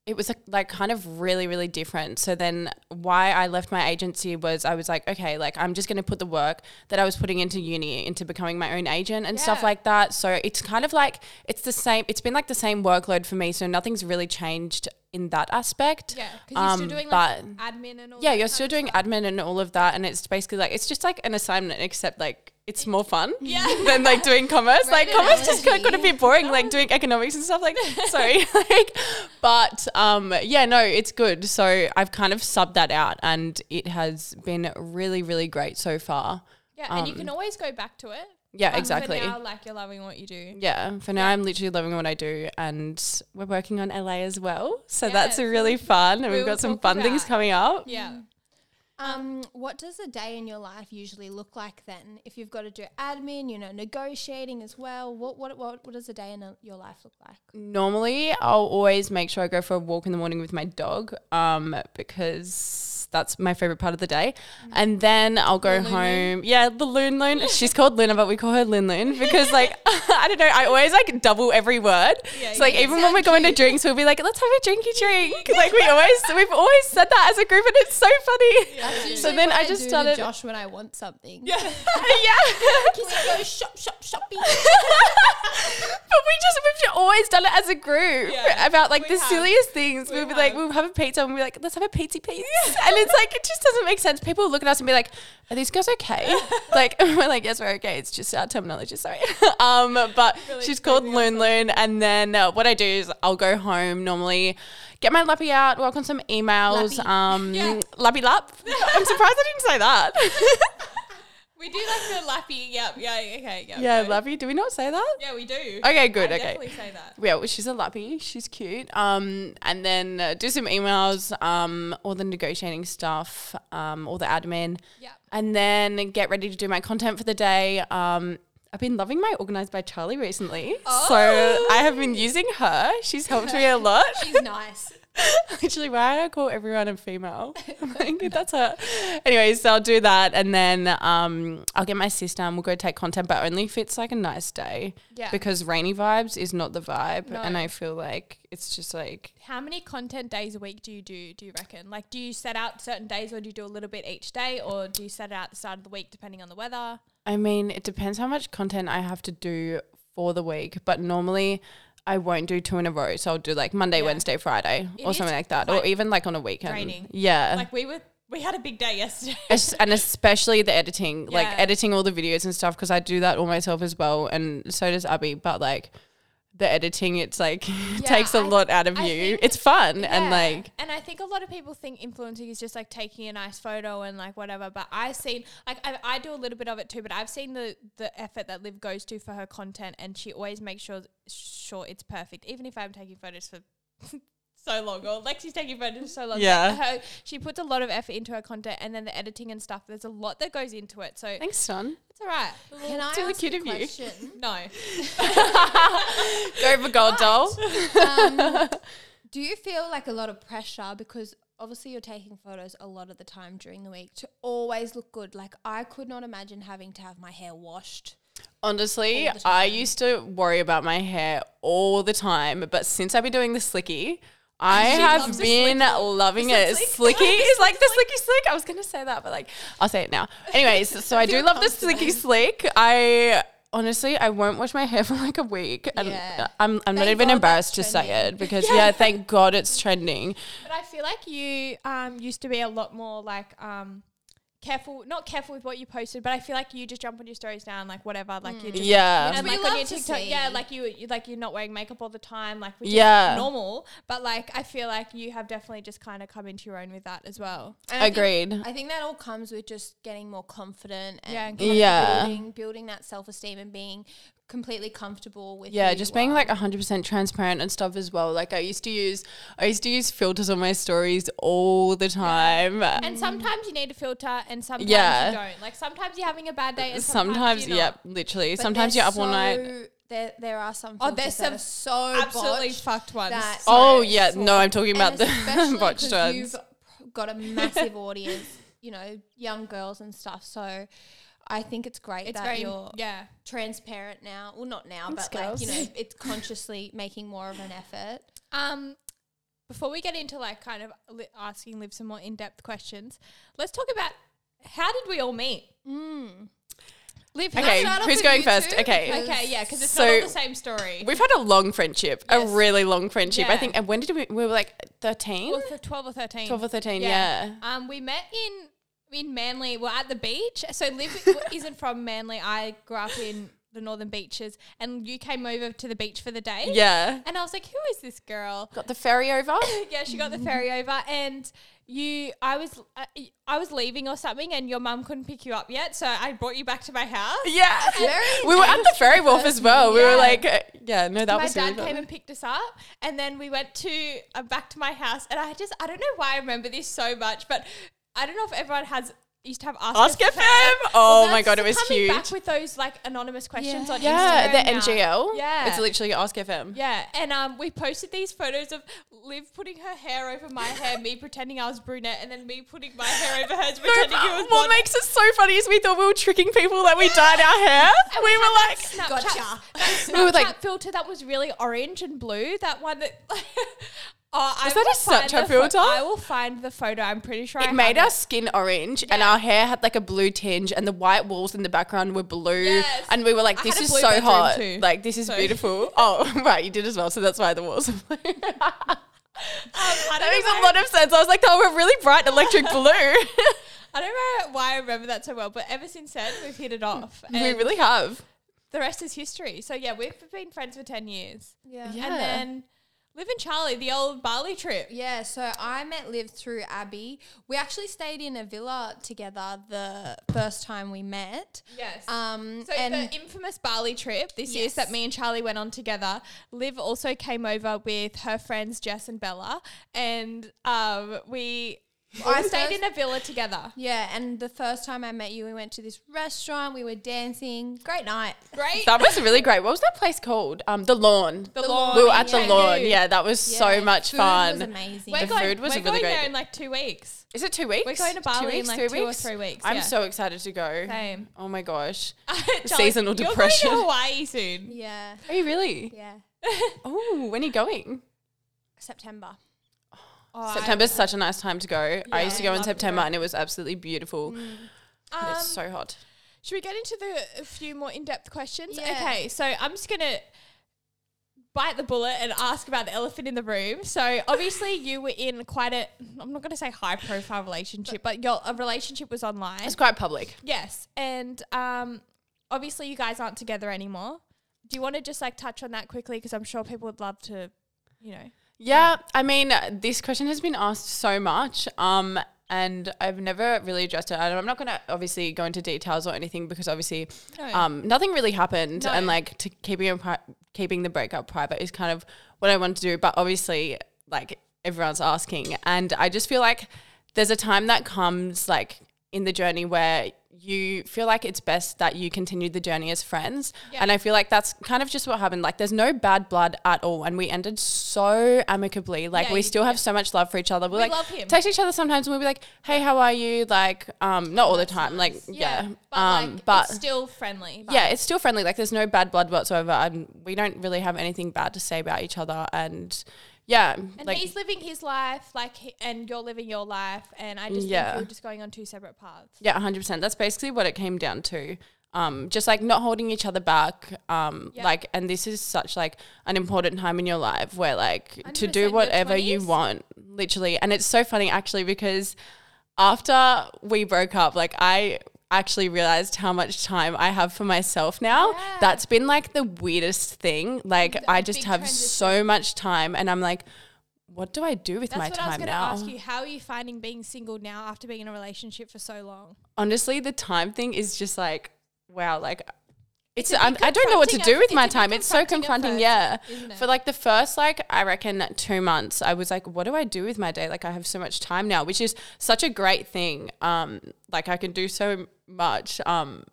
[SPEAKER 3] it was like, like kind of really really different. So then why I left my agency was I was like, okay, like I'm just going to put the work that I was putting into uni into becoming my own agent and stuff
[SPEAKER 1] Yeah.
[SPEAKER 3] like that. So it's kind of like it's the same it's been like the same workload for me, so nothing's really changed in that aspect.
[SPEAKER 1] Yeah, because you're still
[SPEAKER 3] Um,
[SPEAKER 1] doing like
[SPEAKER 3] but-
[SPEAKER 1] admin and all.
[SPEAKER 3] Yeah,
[SPEAKER 1] that
[SPEAKER 3] you're
[SPEAKER 1] kind
[SPEAKER 3] still
[SPEAKER 1] of
[SPEAKER 3] doing
[SPEAKER 1] stuff.
[SPEAKER 3] admin and all of that, and it's basically like it's just like an assignment, except like it's more fun
[SPEAKER 1] Yeah.
[SPEAKER 3] than like doing commerce. Like
[SPEAKER 2] Right,
[SPEAKER 3] commerce just got,
[SPEAKER 2] analogy.
[SPEAKER 3] got a bit boring, like doing economics and stuff. Like sorry, like but um yeah, no, it's good. So I've kind of subbed that out, and it has been really really great so far.
[SPEAKER 1] Yeah, and you can always go back to it.
[SPEAKER 3] Yeah,
[SPEAKER 1] But
[SPEAKER 3] um, exactly.
[SPEAKER 1] Um, For now, like you're loving what you do.
[SPEAKER 3] Yeah, for now I'm literally loving what I do, and we're working on LA as well. So that's
[SPEAKER 1] Yes.
[SPEAKER 3] really fun, and
[SPEAKER 1] We
[SPEAKER 3] we've
[SPEAKER 1] will
[SPEAKER 3] got some
[SPEAKER 1] talk
[SPEAKER 3] fun things
[SPEAKER 1] about-
[SPEAKER 3] coming up.
[SPEAKER 1] Yeah.
[SPEAKER 2] Um, what does a day in your life usually look like then? If you've got to do admin, you know, negotiating as well. What what what, what does a day in a- your life look like?
[SPEAKER 3] normally I'll always make sure I go for a walk in the morning with my dog um, because That's my favorite part of the day. And then I'll go home. Yeah, the Loon Loon. She's called Luna, but we call her Lin Loon because, like, I don't know. I always like double every word. so like, even when we're going to drinks, we'll be like, "Let's have a drinky drink." like we always, we've always said that as a group, and it's so funny. So then I just started.
[SPEAKER 2] Josh when I want something. Yeah.
[SPEAKER 3] yeah.
[SPEAKER 2] Can we go shop, shop, shopping?
[SPEAKER 3] but we just we've ju- always done it as a group
[SPEAKER 1] Yeah,
[SPEAKER 3] about like
[SPEAKER 1] we
[SPEAKER 3] the
[SPEAKER 1] have.
[SPEAKER 3] silliest things. We
[SPEAKER 1] We
[SPEAKER 3] would be like,
[SPEAKER 1] have.
[SPEAKER 3] we'll have a pizza and we're like, let's have a pizza pizza. and it's like it just doesn't make sense. People look at us and be like, are these girls okay? like we're like, yes, we're okay. It's just our terminology. Sorry. um, but she's called Loon Loon. And then uh, what I do is I'll go home normally. Get my lappy out, work on some emails.
[SPEAKER 2] Lappy.
[SPEAKER 3] Um,
[SPEAKER 1] Yeah.
[SPEAKER 3] lappy lap. I'm surprised I didn't say that.
[SPEAKER 1] We do like the lappy. Yep. Yeah. Okay. Yep,
[SPEAKER 3] Mm. yeah,
[SPEAKER 1] no.
[SPEAKER 3] lappy. Do we not say that?
[SPEAKER 1] Yeah, we do.
[SPEAKER 3] Okay, good.
[SPEAKER 1] I
[SPEAKER 3] okay.
[SPEAKER 1] definitely say that.
[SPEAKER 3] Yeah, well, she's a lappy. She's cute. Um, and then uh, do some emails, um, all the negotiating stuff, um, all the admin,
[SPEAKER 1] Yep.
[SPEAKER 3] and then get ready to do my content for the day. Um, I've been loving my Organized by Charlie recently,
[SPEAKER 1] Oh.
[SPEAKER 3] so I have been using her. She's helped me a lot.
[SPEAKER 2] She's nice.
[SPEAKER 3] Literally, why do I call everyone a female? I'm like, that's her. Anyway, so I'll do that, and then um, I'll get my sister, and we'll go take content, but only if it's like a nice day.
[SPEAKER 1] Yeah.
[SPEAKER 3] Because rainy vibes is not the vibe, and
[SPEAKER 1] No.
[SPEAKER 3] I feel like it's just like
[SPEAKER 1] How many content days a week do you do? Do you reckon? Like, do you set out certain days, or do you do a little bit each day, or do you set it out at the start of the week depending on the weather?
[SPEAKER 3] I mean, it depends how much content I have to do for the week, but normally I won't do two in a row. So I'll do like Monday,
[SPEAKER 1] Yeah.
[SPEAKER 3] Wednesday, Friday,
[SPEAKER 1] It
[SPEAKER 3] or
[SPEAKER 1] is
[SPEAKER 3] something like that, or
[SPEAKER 1] quite
[SPEAKER 3] even like on a weekend.
[SPEAKER 1] draining.
[SPEAKER 3] Yeah.
[SPEAKER 1] Like we were, we had a big day yesterday.
[SPEAKER 3] Es- and especially the editing, like
[SPEAKER 1] Yeah.
[SPEAKER 3] editing all the videos and stuff, because I do that all myself as well, and so does Abby. But like the editing, it's like takes a
[SPEAKER 1] I-
[SPEAKER 3] lot out of
[SPEAKER 1] I
[SPEAKER 3] you.
[SPEAKER 1] think-
[SPEAKER 3] It's fun and
[SPEAKER 1] Yeah.
[SPEAKER 3] like
[SPEAKER 1] and I think a lot of people think influencing is just like taking a nice photo and like whatever. But I've seen like I, I do a little bit of it too. But I've seen the the effort that Liv goes to for her content, and she always makes sure sure it's perfect, even if I'm taking photos for. So long, or Lexi's taking photos for so long.
[SPEAKER 3] Yeah.
[SPEAKER 1] her, she puts a lot of effort into her content, and then the editing and stuff. There's a lot that goes into it, so it's
[SPEAKER 3] thanks, Don.
[SPEAKER 1] all right.
[SPEAKER 2] Can I
[SPEAKER 3] It's really
[SPEAKER 2] ask you
[SPEAKER 3] cute
[SPEAKER 2] a
[SPEAKER 3] of you.
[SPEAKER 2] question?
[SPEAKER 1] No,
[SPEAKER 3] Go for gold doll.
[SPEAKER 2] Um, do you feel like a lot of pressure because obviously you're taking photos a lot of the time during the week to always look good? Like I could not imagine having to have my hair washed.
[SPEAKER 3] Honestly, I used to worry about my hair all the time, but since I've been doing the slicky, I have
[SPEAKER 2] loves a
[SPEAKER 3] been loving it. Slicky is like the slicky slick. I was gonna say that, but like I'll say it now. Anyways, so I do love the slicky slick. I honestly I won't wash my hair for like a week, and
[SPEAKER 2] Yeah.
[SPEAKER 3] I'm I'm not
[SPEAKER 2] Thank
[SPEAKER 3] even
[SPEAKER 2] God
[SPEAKER 3] embarrassed to
[SPEAKER 2] that's
[SPEAKER 3] say
[SPEAKER 2] trending.
[SPEAKER 3] it because yeah. thank God it's trending.
[SPEAKER 1] But I feel like you um, used to be a lot more like um, careful, not careful with what you posted, but I feel like you just jump on your stories now and like whatever, like
[SPEAKER 2] Mm.
[SPEAKER 1] you just.
[SPEAKER 3] Yeah,
[SPEAKER 1] And
[SPEAKER 2] We
[SPEAKER 1] like on
[SPEAKER 2] love
[SPEAKER 1] your
[SPEAKER 2] to
[SPEAKER 1] TikTok,
[SPEAKER 2] see.
[SPEAKER 1] yeah, like you, you, like you're not wearing makeup all the time, like which
[SPEAKER 3] Yeah.
[SPEAKER 1] is normal. But like, I feel like you have definitely just kind of come into your own with that as well.
[SPEAKER 2] And I think-
[SPEAKER 3] agreed.
[SPEAKER 2] I think that all comes with just getting more confident and
[SPEAKER 1] Yeah, and
[SPEAKER 2] kind of
[SPEAKER 3] Yeah.
[SPEAKER 2] building, building that self esteem and being completely comfortable with
[SPEAKER 3] Yeah,
[SPEAKER 2] who
[SPEAKER 3] just
[SPEAKER 2] you
[SPEAKER 3] being
[SPEAKER 2] are.
[SPEAKER 3] like 100% transparent and stuff as well. Like I used to use I used to use filters on my stories all the time. Uh,
[SPEAKER 2] Mm.
[SPEAKER 1] And sometimes you need a filter, and sometimes
[SPEAKER 3] Yeah.
[SPEAKER 1] you don't. Like sometimes you're having a bad day, and sometimes,
[SPEAKER 3] Sometimes,
[SPEAKER 1] you're
[SPEAKER 3] yep,
[SPEAKER 1] not.
[SPEAKER 3] literally.
[SPEAKER 2] But
[SPEAKER 3] sometimes
[SPEAKER 2] they're
[SPEAKER 3] you're up all night.
[SPEAKER 2] so- There, there are some.
[SPEAKER 1] Oh, there's
[SPEAKER 2] filters that
[SPEAKER 1] some
[SPEAKER 2] are so
[SPEAKER 1] absolutely
[SPEAKER 2] botched
[SPEAKER 1] fucked ones.
[SPEAKER 2] that-
[SPEAKER 3] Oh
[SPEAKER 2] so-
[SPEAKER 3] yeah,
[SPEAKER 2] so-
[SPEAKER 3] no, I'm talking about
[SPEAKER 2] And
[SPEAKER 3] the
[SPEAKER 2] especially
[SPEAKER 3] botched
[SPEAKER 2] 'cause
[SPEAKER 3] ones.
[SPEAKER 2] You've got a massive audience, you know, young girls and stuff. So I think it's great
[SPEAKER 1] It's
[SPEAKER 2] that
[SPEAKER 1] very
[SPEAKER 2] you're
[SPEAKER 1] yeah.
[SPEAKER 2] transparent now. Well, not now,
[SPEAKER 3] Thanks,
[SPEAKER 2] but like you
[SPEAKER 3] girls.
[SPEAKER 2] know, it's consciously making more of an effort.
[SPEAKER 1] Um, before we get into like kind of li- asking Liv some more in depth questions, let's talk about how did we all meet? Liv, can I
[SPEAKER 3] Okay,
[SPEAKER 1] start off
[SPEAKER 3] who's
[SPEAKER 1] with
[SPEAKER 3] going
[SPEAKER 1] you
[SPEAKER 3] first?
[SPEAKER 1] two?
[SPEAKER 3] Okay.
[SPEAKER 1] okay, yeah, because it's
[SPEAKER 3] So-
[SPEAKER 1] not all the same story.
[SPEAKER 3] We've had a long friendship,
[SPEAKER 1] Yes.
[SPEAKER 3] a really long friendship. I
[SPEAKER 1] Yeah.
[SPEAKER 3] think and when did we we were like 13?
[SPEAKER 1] Well, for twelve or thirteen.
[SPEAKER 3] 12 or 13, yeah.
[SPEAKER 1] Um, we met in in Manly. We're at the beach. So Liv isn't from Manly. I grew up in the Northern Beaches, and you came over to the beach for the day.
[SPEAKER 3] Yeah.
[SPEAKER 1] And I was like, who is this girl?
[SPEAKER 3] Got the ferry over.
[SPEAKER 1] yeah, she got the ferry over, and you, I was, uh, I was leaving or something, and your mum couldn't pick you up yet, so I brought you back to my house.
[SPEAKER 3] yeah.
[SPEAKER 2] Very
[SPEAKER 3] We were at the ferry wharf as well. We
[SPEAKER 1] Yeah.
[SPEAKER 3] were like, uh, yeah, no, that
[SPEAKER 1] my
[SPEAKER 3] was
[SPEAKER 1] dad
[SPEAKER 3] really
[SPEAKER 1] came
[SPEAKER 3] fun.
[SPEAKER 1] and picked us up, and then we went to uh, back to my house, and I just, I don't know why I remember this so much, but I don't know if everyone has used to have Ask,
[SPEAKER 3] Ask
[SPEAKER 1] Us
[SPEAKER 3] FM. Oh
[SPEAKER 1] Well,
[SPEAKER 3] my
[SPEAKER 1] that's
[SPEAKER 3] god, it was
[SPEAKER 1] coming
[SPEAKER 3] huge.
[SPEAKER 1] back with those like anonymous questions on
[SPEAKER 3] yeah,
[SPEAKER 1] Instagram.
[SPEAKER 3] the
[SPEAKER 1] now.
[SPEAKER 3] NGL.
[SPEAKER 1] Yeah.
[SPEAKER 3] it's literally Ask FM.
[SPEAKER 1] Yeah, and um, we posted these photos of Liv putting her hair over my hair, me pretending I was brunette, and then me putting my hair over hers,
[SPEAKER 3] No,
[SPEAKER 1] pretending
[SPEAKER 3] but
[SPEAKER 1] it was
[SPEAKER 3] what
[SPEAKER 1] blonde.
[SPEAKER 3] makes it so funny is we thought we were tricking people that we dyed our hair.
[SPEAKER 1] And
[SPEAKER 3] we
[SPEAKER 1] had
[SPEAKER 3] were
[SPEAKER 1] that
[SPEAKER 3] like,
[SPEAKER 1] Snapchat,
[SPEAKER 2] Gotcha.
[SPEAKER 1] that
[SPEAKER 3] We were
[SPEAKER 1] Snapchat
[SPEAKER 3] like-
[SPEAKER 1] filter that was really orange and blue. That one that. Oh, I
[SPEAKER 3] Was that a
[SPEAKER 1] will find
[SPEAKER 3] Snapchat
[SPEAKER 1] the
[SPEAKER 3] filter?
[SPEAKER 1] I will find the photo. I'm pretty sure I
[SPEAKER 3] It made
[SPEAKER 1] have
[SPEAKER 3] our skin orange and our hair had like a blue tinge and the white walls in the background were blue
[SPEAKER 1] Yes.
[SPEAKER 3] and we were like
[SPEAKER 1] I
[SPEAKER 3] this
[SPEAKER 1] had a
[SPEAKER 3] is
[SPEAKER 1] blue
[SPEAKER 3] so
[SPEAKER 1] bedroom
[SPEAKER 3] hot
[SPEAKER 1] too,
[SPEAKER 3] like this is
[SPEAKER 1] so-
[SPEAKER 3] beautiful oh right you did as well so that's why the walls are blue that
[SPEAKER 1] Um, I don't
[SPEAKER 3] makes
[SPEAKER 1] know
[SPEAKER 3] a
[SPEAKER 1] why-
[SPEAKER 3] lot of sense I was like oh we're really bright electric blue
[SPEAKER 1] I don't know why I remember that so well, but ever since then we've hit it off.
[SPEAKER 3] we
[SPEAKER 1] And
[SPEAKER 3] really have
[SPEAKER 1] the rest is history. So yeah, we've been friends for ten years.
[SPEAKER 2] Yeah.
[SPEAKER 3] Yeah.
[SPEAKER 1] And then Liv and Charlie, the old Bali trip.
[SPEAKER 2] Yeah, so I met Liv through Abby. We actually stayed in a villa together the first time we met.
[SPEAKER 1] Yes.
[SPEAKER 2] Um,
[SPEAKER 1] so
[SPEAKER 2] and
[SPEAKER 1] the infamous Bali trip this year
[SPEAKER 2] Yes.
[SPEAKER 1] that me and Charlie went on together. Liv also came over with her friends Jess and Bella, and um, we all
[SPEAKER 2] I
[SPEAKER 1] stayed
[SPEAKER 2] first-
[SPEAKER 1] in a villa together.
[SPEAKER 2] yeah, and the first time I met you, we went to this restaurant. We were dancing. Great night.
[SPEAKER 1] Great.
[SPEAKER 3] that was really great what was that place called um the lawn
[SPEAKER 1] The lawn.
[SPEAKER 3] we were at the
[SPEAKER 1] Yeah.
[SPEAKER 3] lawn
[SPEAKER 1] Canoe.
[SPEAKER 3] yeah that was so
[SPEAKER 2] Yeah,
[SPEAKER 3] much
[SPEAKER 2] food
[SPEAKER 3] fun
[SPEAKER 2] Was amazing.
[SPEAKER 1] We're
[SPEAKER 3] The
[SPEAKER 1] going,
[SPEAKER 3] food was
[SPEAKER 1] we're
[SPEAKER 3] really
[SPEAKER 1] going
[SPEAKER 3] great.
[SPEAKER 1] there in like two weeks.
[SPEAKER 3] is it two weeks
[SPEAKER 1] going to Bali
[SPEAKER 3] two
[SPEAKER 1] in,
[SPEAKER 3] weeks,
[SPEAKER 1] like,
[SPEAKER 3] three
[SPEAKER 1] two or
[SPEAKER 3] weeks?
[SPEAKER 1] three weeks,
[SPEAKER 3] I'm
[SPEAKER 1] yeah.
[SPEAKER 3] so excited to go
[SPEAKER 1] Same.
[SPEAKER 3] oh my gosh
[SPEAKER 1] Charlie,
[SPEAKER 3] Seasonal depression.
[SPEAKER 1] You're going to Hawaii soon.
[SPEAKER 2] yeah,
[SPEAKER 3] are you really
[SPEAKER 2] yeah.
[SPEAKER 3] Oh, when are you going?
[SPEAKER 2] September.
[SPEAKER 1] Oh, I-
[SPEAKER 3] September's such a nice time to go. I used to
[SPEAKER 1] Yeah,
[SPEAKER 3] go Mm. in
[SPEAKER 1] love
[SPEAKER 3] September
[SPEAKER 1] it.
[SPEAKER 3] and it was absolutely beautiful. And
[SPEAKER 1] Um,
[SPEAKER 3] it's so hot.
[SPEAKER 1] Should we get into the a few more in depth questions?
[SPEAKER 2] Yeah.
[SPEAKER 1] Okay, so I'm just gonna bite the bullet and ask about the elephant in the room. So obviously you were in quite a I'm not gonna say high profile relationship, but your a relationship was online.
[SPEAKER 3] It's quite public.
[SPEAKER 1] Yes. And um obviously you guys aren't together anymore. Do you wanna just like touch on that quickly? Because I'm sure people would love to, you know.
[SPEAKER 3] Yeah, I mean, uh, this question has been asked so much. Um, and I've never really addressed it. And I'm not going to obviously go into details or anything because obviously
[SPEAKER 1] No.
[SPEAKER 3] um, nothing really happened.
[SPEAKER 1] No.
[SPEAKER 3] And like to keeping, it pri- keeping the breakup private is kind of what I want to do. But obviously, like everyone's asking. And I just feel like there's a time that comes like in the journey where you feel like it's best that you continue the journey as friends. And I feel like that's kind of just what happened. Like there's no bad blood at all. And we ended so amicably. Like
[SPEAKER 1] Yeah,
[SPEAKER 3] we
[SPEAKER 1] you-
[SPEAKER 3] still have so much love for each other. We're like
[SPEAKER 1] love him.
[SPEAKER 3] text each other sometimes and we'll be like, Hey, how are you? Like, um, not all the time. Like yeah.
[SPEAKER 1] But
[SPEAKER 3] um
[SPEAKER 1] like
[SPEAKER 3] but
[SPEAKER 1] it's still friendly. but-
[SPEAKER 3] yeah, it's still friendly. Like there's no bad blood whatsoever. And we don't really have anything bad to say about each other. And yeah.
[SPEAKER 1] And
[SPEAKER 3] like
[SPEAKER 1] he's living his life, like, he- and you're living your life, and I just
[SPEAKER 3] Yeah.
[SPEAKER 1] think you're just going on two separate paths.
[SPEAKER 3] Yeah, hundred percent. That's basically what it came down to. Um, just like not holding each other back. Um,
[SPEAKER 1] Yeah.
[SPEAKER 3] like, and this is such like an important time in your life where like to
[SPEAKER 1] 100%
[SPEAKER 3] do
[SPEAKER 1] your
[SPEAKER 3] whatever you
[SPEAKER 1] 20s.
[SPEAKER 3] want, literally. And it's so funny actually because after we broke up, like I actually realized how much time I have for myself now.
[SPEAKER 2] Yeah.
[SPEAKER 3] That's been like the weirdest thing. Like I just
[SPEAKER 1] big
[SPEAKER 3] have
[SPEAKER 1] transition.
[SPEAKER 3] so much time, and I'm like, what do I do with
[SPEAKER 1] That's
[SPEAKER 3] my
[SPEAKER 1] what
[SPEAKER 3] time
[SPEAKER 1] I was going to
[SPEAKER 3] now?
[SPEAKER 1] ask you. How are you finding being single now after being in a relationship for so
[SPEAKER 3] Mm,
[SPEAKER 1] long?
[SPEAKER 3] honestly, the time thing is just like wow, like it's,
[SPEAKER 1] a bit
[SPEAKER 3] I'm- I don't know what to
[SPEAKER 1] confronting
[SPEAKER 3] do
[SPEAKER 1] at-
[SPEAKER 3] with
[SPEAKER 1] it's a
[SPEAKER 3] my
[SPEAKER 1] bit
[SPEAKER 3] time. It's so
[SPEAKER 1] confronting
[SPEAKER 3] confronting,
[SPEAKER 1] at
[SPEAKER 3] yeah.
[SPEAKER 1] first, isn't it?
[SPEAKER 3] For like the first like I reckon two months, I was like, what do I do with my day? Like I have so much time now, which is such a great thing. Um, like I can do so much. Um,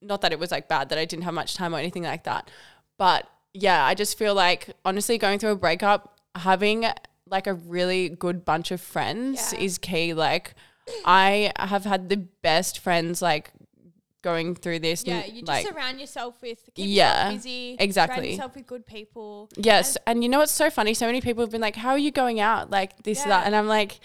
[SPEAKER 3] not that it was like bad that I didn't have much time or anything like that, but yeah, I just feel like honestly going through a breakup, having like a really good bunch of friends
[SPEAKER 1] Yeah.
[SPEAKER 3] is key. Like I have had the best friends like going through this.
[SPEAKER 1] Yeah,
[SPEAKER 3] n-
[SPEAKER 1] you just
[SPEAKER 3] like,
[SPEAKER 1] surround yourself with keep
[SPEAKER 3] Yeah,
[SPEAKER 1] yeah, busy,
[SPEAKER 3] exactly.
[SPEAKER 1] Surround yourself with good people.
[SPEAKER 3] Yes, and you know what's so funny? So many people have been like, "How are you going out?" Like this,
[SPEAKER 1] Yeah.
[SPEAKER 3] that, and I'm like,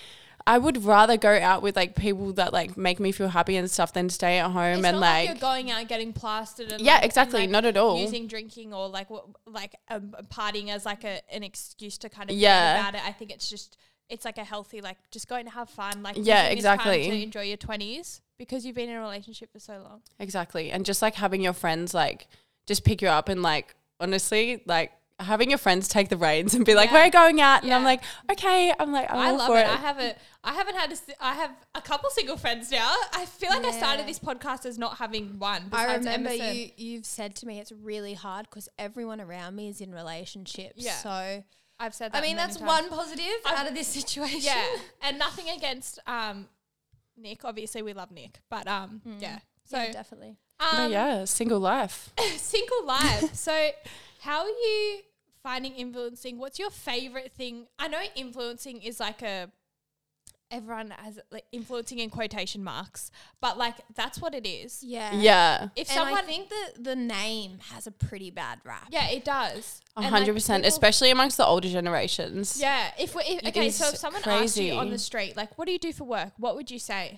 [SPEAKER 3] I would rather go out with like people that like make me feel happy and stuff than stay at home
[SPEAKER 1] It's
[SPEAKER 3] and
[SPEAKER 1] not
[SPEAKER 3] like,
[SPEAKER 1] like, you're going out getting plastered. And
[SPEAKER 3] Yeah,
[SPEAKER 1] like- and,
[SPEAKER 3] exactly,
[SPEAKER 1] like,
[SPEAKER 3] not at all.
[SPEAKER 1] Using drinking or like what, like um, partying as like a, an excuse to kind of
[SPEAKER 3] Yeah.
[SPEAKER 1] yeah about it. I think it's just it's like a healthy like just going to have fun. Like
[SPEAKER 3] Yeah,
[SPEAKER 1] using this time
[SPEAKER 3] exactly.
[SPEAKER 1] to enjoy your twenties because you've been in a relationship for so long.
[SPEAKER 3] exactly, and just like having your friends like just pick you up and like honestly like. Having your friends take the reins and be like,
[SPEAKER 1] Yeah.
[SPEAKER 3] "We're going out," and I'm
[SPEAKER 1] Yeah.
[SPEAKER 3] like, "Okay," I'm like, "I'm
[SPEAKER 1] I
[SPEAKER 3] all
[SPEAKER 1] love
[SPEAKER 3] for
[SPEAKER 1] it.
[SPEAKER 3] it."
[SPEAKER 1] I have a, I haven't had a, si- I have a couple single friends now. I feel like I started
[SPEAKER 2] Yeah.
[SPEAKER 1] this podcast as not having one.
[SPEAKER 2] I
[SPEAKER 1] besides
[SPEAKER 2] remember
[SPEAKER 1] Emerson.
[SPEAKER 2] you, you've said to me it's really hard because everyone around me is in relationships.
[SPEAKER 1] Yeah.
[SPEAKER 2] So, I
[SPEAKER 1] I've said. That
[SPEAKER 2] mean,
[SPEAKER 1] many
[SPEAKER 2] that's
[SPEAKER 1] times.
[SPEAKER 2] one positive
[SPEAKER 1] I've-
[SPEAKER 2] out of this situation.
[SPEAKER 1] Yeah, and nothing against um, Nick. Obviously, we love Nick, but um,
[SPEAKER 3] Mm.
[SPEAKER 1] yeah. So,
[SPEAKER 2] yeah, definitely.
[SPEAKER 1] um,
[SPEAKER 3] no, yeah, single life.
[SPEAKER 1] single life. so, how are you finding influencing? What's your favorite thing? I know influencing is like a everyone has like influencing in quotation marks, but like that's what it is.
[SPEAKER 2] Yeah.
[SPEAKER 3] yeah,
[SPEAKER 1] If
[SPEAKER 2] and
[SPEAKER 1] someone,
[SPEAKER 2] I think that the name has a pretty bad rap.
[SPEAKER 1] yeah, it does.
[SPEAKER 3] a
[SPEAKER 1] And, like,
[SPEAKER 3] hundred percent,
[SPEAKER 1] people-
[SPEAKER 3] especially amongst the older generations.
[SPEAKER 1] Yeah, if we if,
[SPEAKER 3] It
[SPEAKER 1] okay, so
[SPEAKER 3] is
[SPEAKER 1] if someone asked you on
[SPEAKER 3] crazy.
[SPEAKER 1] the street, like, what do you do for work? What would you say?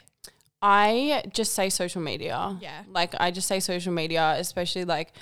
[SPEAKER 3] I just say social media.
[SPEAKER 1] Yeah.
[SPEAKER 3] Like I just say social media, especially like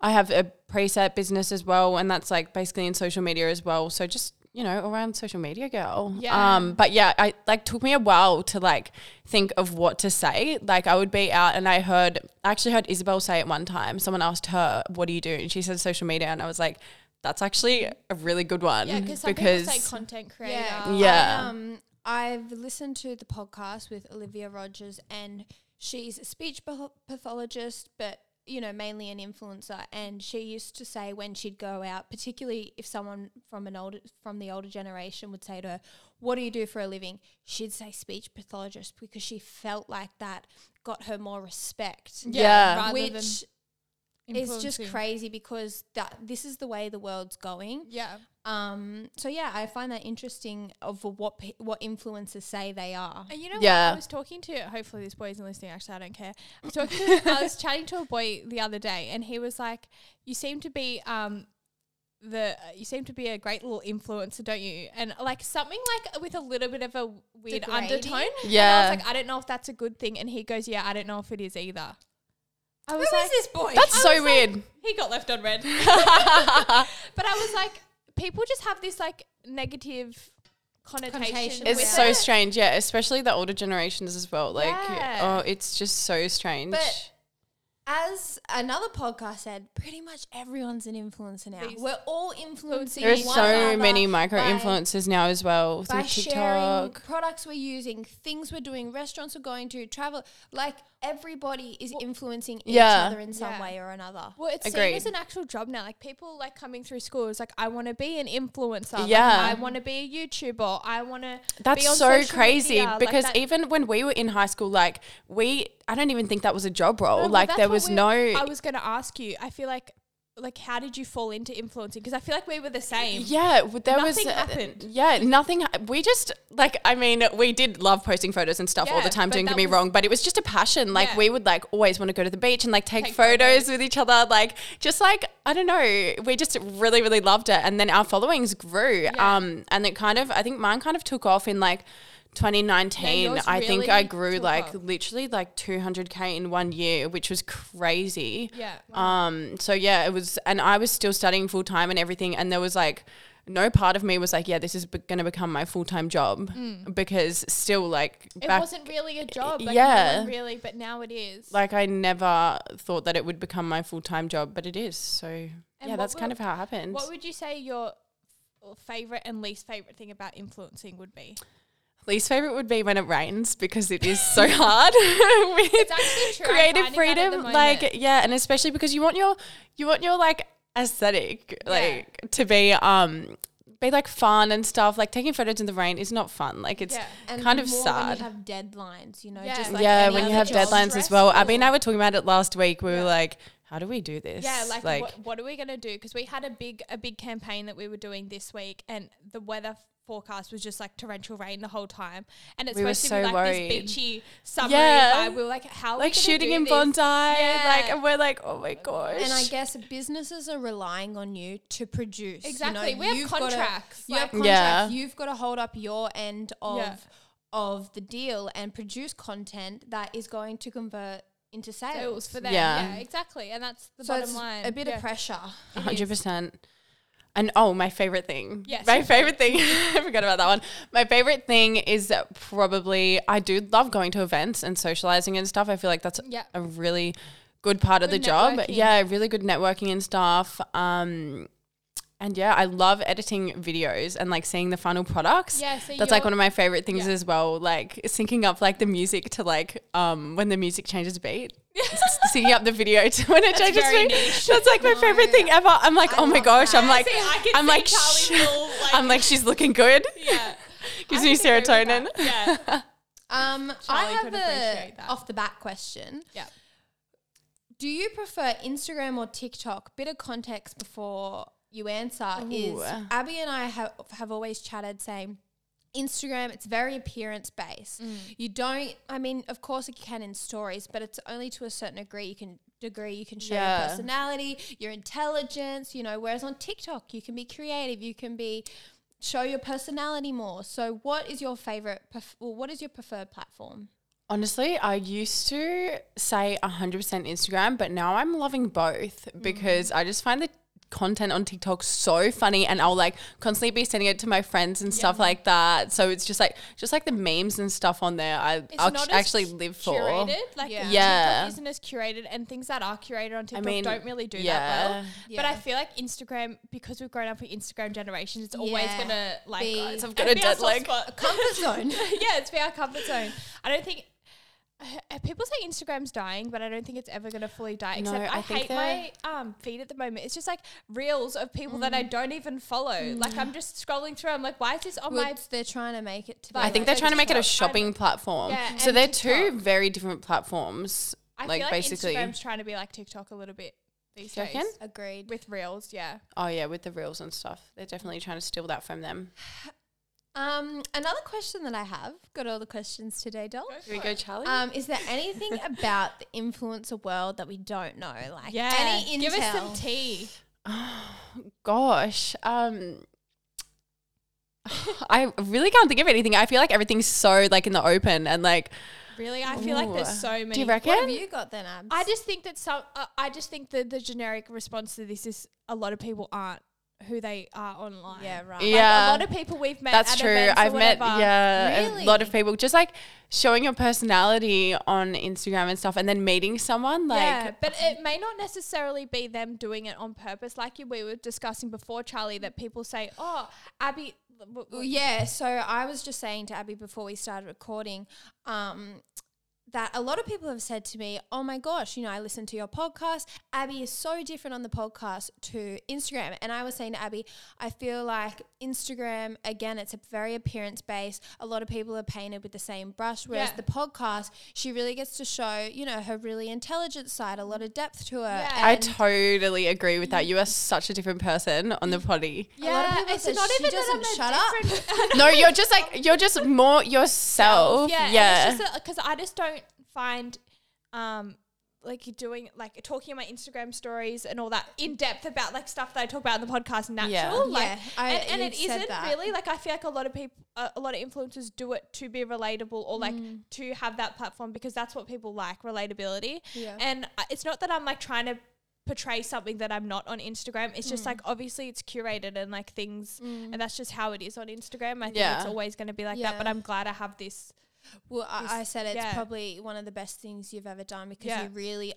[SPEAKER 3] I have a preset business as well, and that's like basically in social media as well. So just you know, around social media, girl.
[SPEAKER 1] Yeah.
[SPEAKER 3] Um, but yeah, I like took me a while to like think of what to say. Like I would be out and I heard, I actually heard Isabel say it one time. Someone asked her, "What do you do?" And she said social media, and I was like, "That's actually a really good one."
[SPEAKER 1] Yeah, because some people say content creator.
[SPEAKER 2] Yeah.
[SPEAKER 3] Yeah.
[SPEAKER 2] I, um, I've listened to the podcast with Olivia Rogers, and she's a speech patho- pathologist, but you know, mainly an influencer. And she used to say when she'd go out, particularly if someone from an older from the older generation would say to her, "What do you do for a living?" She'd say speech pathologist because she felt like that got her more respect.
[SPEAKER 3] Yeah.
[SPEAKER 1] rather than
[SPEAKER 2] Which is just
[SPEAKER 1] influencing.
[SPEAKER 2] crazy because that this is the way the world's going.
[SPEAKER 1] Yeah.
[SPEAKER 2] Um, so yeah, I find that interesting of what pe- what influencers say they are.
[SPEAKER 1] And you know what? I
[SPEAKER 3] Yeah.
[SPEAKER 1] was talking to, hopefully this boy isn't listening, actually, I don't care. I was, talking to, I was chatting to a boy the other day and he was like, you seem to be, um, the you seem to be a great little influencer, don't you? And like something like with a little bit of a weird
[SPEAKER 2] Degrading?
[SPEAKER 1] undertone.
[SPEAKER 3] Yeah.
[SPEAKER 1] And I was like, I don't know if that's a good thing. And he goes, Yeah, I don't know if it is either. I was
[SPEAKER 2] Who
[SPEAKER 1] like,
[SPEAKER 2] is this boy?
[SPEAKER 3] That's
[SPEAKER 1] I
[SPEAKER 3] so
[SPEAKER 1] was like-
[SPEAKER 3] weird.
[SPEAKER 1] He got left on red. but I was like, people just have this like negative connotation.
[SPEAKER 2] Connotation
[SPEAKER 3] It's
[SPEAKER 1] with
[SPEAKER 3] so
[SPEAKER 1] it.
[SPEAKER 3] strange, yeah, especially the older generations as well. Like,
[SPEAKER 1] Yeah.
[SPEAKER 3] oh, it's just so strange.
[SPEAKER 2] But- As another podcast said, pretty much everyone's an influencer now.
[SPEAKER 1] These-
[SPEAKER 2] We're all influencing.
[SPEAKER 3] there are
[SPEAKER 2] one
[SPEAKER 3] so
[SPEAKER 2] another
[SPEAKER 3] many
[SPEAKER 2] by-
[SPEAKER 3] micro influencers now as well
[SPEAKER 2] by
[SPEAKER 3] through
[SPEAKER 2] sharing
[SPEAKER 3] TikTok.
[SPEAKER 2] products we're using, things we're doing, restaurants we're going to, travel. Like everybody is influencing
[SPEAKER 3] yeah.
[SPEAKER 2] each other in some
[SPEAKER 1] Yeah.
[SPEAKER 2] way or another.
[SPEAKER 1] Well, it's seen
[SPEAKER 3] Agreed.
[SPEAKER 1] as an actual job now. Like people like coming through school is like, I want to be an influencer. Like,
[SPEAKER 3] Yeah.
[SPEAKER 1] I want to be a YouTuber. I want to.
[SPEAKER 3] That's
[SPEAKER 1] be on
[SPEAKER 3] so
[SPEAKER 1] social
[SPEAKER 3] crazy
[SPEAKER 1] media," like
[SPEAKER 3] because
[SPEAKER 1] that-
[SPEAKER 3] even when we were in high school, like we, I don't even think that was a job role.
[SPEAKER 1] Well,
[SPEAKER 3] like
[SPEAKER 1] that's
[SPEAKER 3] there
[SPEAKER 1] what
[SPEAKER 3] was
[SPEAKER 1] we-
[SPEAKER 3] no.
[SPEAKER 1] I was going to ask you. I feel like, like, how did you fall into influencing? Because I feel like we were the same.
[SPEAKER 3] yeah, w- there was.
[SPEAKER 1] Nothing happened.
[SPEAKER 3] Yeah, nothing. ha- We just like. I mean, we did love posting photos and stuff all
[SPEAKER 1] Yeah,
[SPEAKER 3] the time.
[SPEAKER 1] but
[SPEAKER 3] Don't
[SPEAKER 1] that
[SPEAKER 3] get me
[SPEAKER 1] was-
[SPEAKER 3] wrong, but it was just a passion. Like
[SPEAKER 1] Yeah.
[SPEAKER 3] we would like always want to go to the beach and like take,
[SPEAKER 1] Take
[SPEAKER 3] photos,
[SPEAKER 1] photos.
[SPEAKER 3] with each other. Like just like I don't know. We just really really loved it, and then our followings grew.
[SPEAKER 1] Yeah.
[SPEAKER 3] Um, and it kind of I think mine kind of took off in like. 2019
[SPEAKER 1] Yeah, yours
[SPEAKER 3] I think
[SPEAKER 1] really
[SPEAKER 3] I grew
[SPEAKER 1] took
[SPEAKER 3] like
[SPEAKER 1] off.
[SPEAKER 3] literally like 200k in one year which was crazy
[SPEAKER 1] Yeah.
[SPEAKER 3] um, so yeah, it was, and I was still studying full time and everything, and there was like no part of me was like, yeah, this is be- going to become my full time job because still like
[SPEAKER 1] Mm. It
[SPEAKER 3] back,
[SPEAKER 1] wasn't really a job. Like, yeah.
[SPEAKER 3] yeah.
[SPEAKER 1] really, but now it is.
[SPEAKER 3] like I never thought that it would become my full time job, but it is. So yeah,
[SPEAKER 1] what
[SPEAKER 3] that's kind
[SPEAKER 1] will-
[SPEAKER 3] of how it happened.
[SPEAKER 1] what would you say your favorite and least favorite thing about influencing would be?
[SPEAKER 3] Least favorite would be when it rains because it is so hard with
[SPEAKER 1] actually true. I'm
[SPEAKER 3] creative
[SPEAKER 1] finding that at the
[SPEAKER 3] freedom.
[SPEAKER 1] moment.
[SPEAKER 3] Like yeah, and especially because you want your you want your like aesthetic like to be um be like fun and stuff. Like taking photos in the rain is not fun. Like it's
[SPEAKER 1] Yeah.
[SPEAKER 2] And
[SPEAKER 3] kind of
[SPEAKER 2] more
[SPEAKER 3] sad.
[SPEAKER 2] When you have deadlines, you know,
[SPEAKER 1] Yeah.
[SPEAKER 2] just like
[SPEAKER 3] yeah,
[SPEAKER 2] any
[SPEAKER 3] when you
[SPEAKER 2] other
[SPEAKER 3] have
[SPEAKER 2] job.
[SPEAKER 3] deadlines as well. Abby and I were talking about it last week. We were like, how do we do this?
[SPEAKER 1] Yeah, like, what, what are we gonna do? Because we had a big a big campaign that we were doing this week, and the weather forecast was just like torrential rain the whole time, and it's
[SPEAKER 3] We were
[SPEAKER 1] supposed to be like
[SPEAKER 3] so worried.
[SPEAKER 1] this beachy summery
[SPEAKER 3] Yeah.
[SPEAKER 1] vibe. We were like, how are we
[SPEAKER 3] like
[SPEAKER 1] gonna
[SPEAKER 3] shooting
[SPEAKER 1] do
[SPEAKER 3] in
[SPEAKER 1] this?
[SPEAKER 3] Bondi. Like
[SPEAKER 1] Yeah.
[SPEAKER 3] and we're like, oh my gosh.
[SPEAKER 2] And I guess businesses are relying on you to produce. you know,
[SPEAKER 1] Exactly. We have
[SPEAKER 2] you've gotta-
[SPEAKER 1] contracts,
[SPEAKER 2] you
[SPEAKER 1] like-
[SPEAKER 2] have contracts.
[SPEAKER 3] Yeah.
[SPEAKER 2] You've got to hold up your end of
[SPEAKER 1] Yeah.
[SPEAKER 2] of the deal and produce content that is going to convert into sales.
[SPEAKER 1] It was for them. Yeah.
[SPEAKER 3] Yeah.
[SPEAKER 1] exactly. And that's the
[SPEAKER 2] so
[SPEAKER 1] bottom
[SPEAKER 2] it's
[SPEAKER 1] line.
[SPEAKER 2] a bit
[SPEAKER 1] Yeah.
[SPEAKER 2] of pressure.
[SPEAKER 3] hundred percent. And oh, my favorite thing.
[SPEAKER 1] Yes,
[SPEAKER 3] My
[SPEAKER 1] your
[SPEAKER 3] favorite thing. I forgot about that one. My favorite thing is that probably I do love going to events and socializing and stuff. I feel like that's
[SPEAKER 1] Yeah.
[SPEAKER 3] a really good part of
[SPEAKER 1] Good
[SPEAKER 3] the job.
[SPEAKER 1] networking.
[SPEAKER 3] Yeah, really good networking and stuff. Um, and yeah, I love editing videos and like seeing the final products.
[SPEAKER 1] Yeah, so
[SPEAKER 3] that's like
[SPEAKER 1] you're-
[SPEAKER 3] one of my favorite things
[SPEAKER 1] Yeah.
[SPEAKER 3] as well. Like syncing up like the music to like um when the music changes beat, S- syncing up the video to when it changes
[SPEAKER 1] very
[SPEAKER 3] beat.
[SPEAKER 1] niche.
[SPEAKER 3] That's like my
[SPEAKER 2] No.
[SPEAKER 3] favorite thing ever. I'm like,
[SPEAKER 2] I
[SPEAKER 3] oh my
[SPEAKER 2] love
[SPEAKER 3] gosh.
[SPEAKER 2] that.
[SPEAKER 3] I'm like,
[SPEAKER 1] See, I can
[SPEAKER 3] I'm
[SPEAKER 1] see
[SPEAKER 3] like,
[SPEAKER 1] Charlie's
[SPEAKER 3] "Shh."
[SPEAKER 1] little, like-
[SPEAKER 3] I'm like, she's looking good.
[SPEAKER 1] yeah.
[SPEAKER 3] Gives
[SPEAKER 1] I
[SPEAKER 3] me
[SPEAKER 1] can agree with
[SPEAKER 3] serotonin.
[SPEAKER 1] that. Yeah.
[SPEAKER 2] Um, I
[SPEAKER 1] Charlie
[SPEAKER 2] have
[SPEAKER 1] could appreciate
[SPEAKER 2] a
[SPEAKER 1] that.
[SPEAKER 2] off the bat question.
[SPEAKER 1] Yeah.
[SPEAKER 2] Do you prefer Instagram or TikTok? Bit of context before you answer is
[SPEAKER 3] Ooh.
[SPEAKER 2] Abby and I have, have always chatted saying Instagram, it's very appearance based.
[SPEAKER 3] Mm.
[SPEAKER 2] You don't, I mean, of course you can in stories, but it's only to a certain degree you can degree you can show your
[SPEAKER 3] Yeah.
[SPEAKER 2] personality, your intelligence, you know, whereas on TikTok you can be creative, you can be show your personality more. So what is your favorite pref- well, what is your preferred platform?
[SPEAKER 3] Honestly, I used to say 100% Instagram, but now I'm loving both because I just find the content on TikTok so funny and I'll like constantly be sending it to my friends and stuff like that. So it's just like just like the memes and stuff on there I I'll
[SPEAKER 1] not as
[SPEAKER 3] actually live for.
[SPEAKER 1] curated. Like
[SPEAKER 2] Yeah.
[SPEAKER 1] TikTok
[SPEAKER 3] Yeah.
[SPEAKER 1] isn't as curated, and things that are curated on TikTok
[SPEAKER 3] mean,
[SPEAKER 1] don't really do that
[SPEAKER 3] yeah.
[SPEAKER 1] well. But
[SPEAKER 2] Yeah.
[SPEAKER 1] I feel like Instagram, because we've grown up with Instagram generations, it's always
[SPEAKER 2] Yeah.
[SPEAKER 1] gonna like
[SPEAKER 2] Be-
[SPEAKER 1] uh, it's
[SPEAKER 3] I've got a
[SPEAKER 1] be our
[SPEAKER 3] dead
[SPEAKER 1] soft
[SPEAKER 3] leg.
[SPEAKER 1] spot.
[SPEAKER 2] Comfort zone.
[SPEAKER 1] yeah, it's be our comfort zone. I don't think. uh, People say Instagram's dying, but I don't think it's ever going to fully die.
[SPEAKER 3] No,
[SPEAKER 1] Except I,
[SPEAKER 3] I think
[SPEAKER 1] hate my um, feed at the moment. It's just like reels of people that I
[SPEAKER 2] Mm.
[SPEAKER 1] don't even follow. Like I'm just scrolling through. I'm like, why is this on
[SPEAKER 2] Well,
[SPEAKER 1] my?
[SPEAKER 2] it's- they're trying to make it to be
[SPEAKER 1] I
[SPEAKER 3] I think they're
[SPEAKER 1] like
[SPEAKER 3] trying to make it
[SPEAKER 1] TikTok. I
[SPEAKER 3] a
[SPEAKER 1] don't-
[SPEAKER 3] shopping platform.
[SPEAKER 1] Yeah,
[SPEAKER 3] so
[SPEAKER 1] and
[SPEAKER 3] they're two
[SPEAKER 1] TikTok.
[SPEAKER 3] very different platforms.
[SPEAKER 1] I
[SPEAKER 3] like,
[SPEAKER 1] feel like
[SPEAKER 3] basically.
[SPEAKER 1] Instagram's trying to be like TikTok a little bit these
[SPEAKER 3] Do you
[SPEAKER 1] days
[SPEAKER 3] reckon?
[SPEAKER 2] agreed.
[SPEAKER 1] with reels. Yeah.
[SPEAKER 3] Oh yeah, with the reels and stuff. They're definitely trying to steal that from them.
[SPEAKER 2] Um, another question that I have got all the questions today, Dol.
[SPEAKER 3] Here we go, Charlie.
[SPEAKER 2] Um, is there anything about the influencer world that we don't know? Like any intel?
[SPEAKER 1] Give us some tea.
[SPEAKER 3] gosh um i really can't think of anything i feel like everything's so like in the open and like
[SPEAKER 1] Really, I feel like there's
[SPEAKER 3] Ooh.
[SPEAKER 1] so many.
[SPEAKER 3] do you
[SPEAKER 2] what have
[SPEAKER 3] reckon
[SPEAKER 2] you got then, Abs?
[SPEAKER 1] I just think that some. Uh, I just think that the generic response to this is a lot of people aren't who they are online.
[SPEAKER 2] yeah, right.
[SPEAKER 1] Like,
[SPEAKER 3] Yeah.
[SPEAKER 1] a lot of people we've met.
[SPEAKER 3] that's
[SPEAKER 1] at
[SPEAKER 3] true
[SPEAKER 1] events or
[SPEAKER 3] i've met
[SPEAKER 1] whatever.
[SPEAKER 3] yeah
[SPEAKER 2] Really?
[SPEAKER 3] a lot of people just like showing your personality on instagram and stuff and then meeting someone like
[SPEAKER 1] yeah, but it may not necessarily be them doing it on purpose. Like you, we were discussing before, Charlie, that people say, "Oh, Abby." w-
[SPEAKER 2] Well,
[SPEAKER 1] w-
[SPEAKER 2] yeah, so I was just saying to Abby before we started recording um, that a lot of people have said to me, Oh my gosh, you know, I listened to your podcast. Abby is so different on the podcast to Instagram. And I was saying to Abby, I feel like Instagram, again, it's a very appearance based. A lot of people are painted with the same brush. Whereas
[SPEAKER 1] Yeah.
[SPEAKER 2] the podcast, she really gets to show, you know, her really intelligent side, a lot of depth to her.
[SPEAKER 1] Yeah.
[SPEAKER 3] i
[SPEAKER 2] and-
[SPEAKER 3] totally agree with that you are such a different person on the potty
[SPEAKER 2] A lot of people
[SPEAKER 1] it's
[SPEAKER 2] said
[SPEAKER 1] not
[SPEAKER 2] she
[SPEAKER 1] even
[SPEAKER 2] doesn't
[SPEAKER 1] that I'm
[SPEAKER 2] shut up.
[SPEAKER 1] a different-
[SPEAKER 3] no you're just like you're just more yourself
[SPEAKER 1] Yeah,
[SPEAKER 3] yeah
[SPEAKER 1] because I just don't find, um, like you're doing like talking on my Instagram stories and all that in depth about like stuff that I talk about in the podcast natural.
[SPEAKER 3] Yeah.
[SPEAKER 1] Like,
[SPEAKER 2] Yeah, I-
[SPEAKER 1] and, and
[SPEAKER 2] you've
[SPEAKER 1] it
[SPEAKER 2] said
[SPEAKER 1] isn't
[SPEAKER 2] that.
[SPEAKER 1] really like I feel like a lot of people, uh, a lot of influencers do it to be relatable or like
[SPEAKER 3] Mm.
[SPEAKER 1] to have that platform because that's what people like relatability.
[SPEAKER 2] Yeah.
[SPEAKER 1] And I- it's not that I'm like trying to portray something that I'm not on Instagram. It's
[SPEAKER 3] Mm.
[SPEAKER 1] just like obviously it's curated and like things and that's just how it is on Instagram. I think
[SPEAKER 3] Yeah.
[SPEAKER 1] it's always going to be like that,
[SPEAKER 2] Yeah.
[SPEAKER 1] but I'm glad I have this
[SPEAKER 2] Well, I, I said it's
[SPEAKER 1] yeah.
[SPEAKER 2] probably one of the best things you've ever done because
[SPEAKER 1] Yeah.
[SPEAKER 2] you really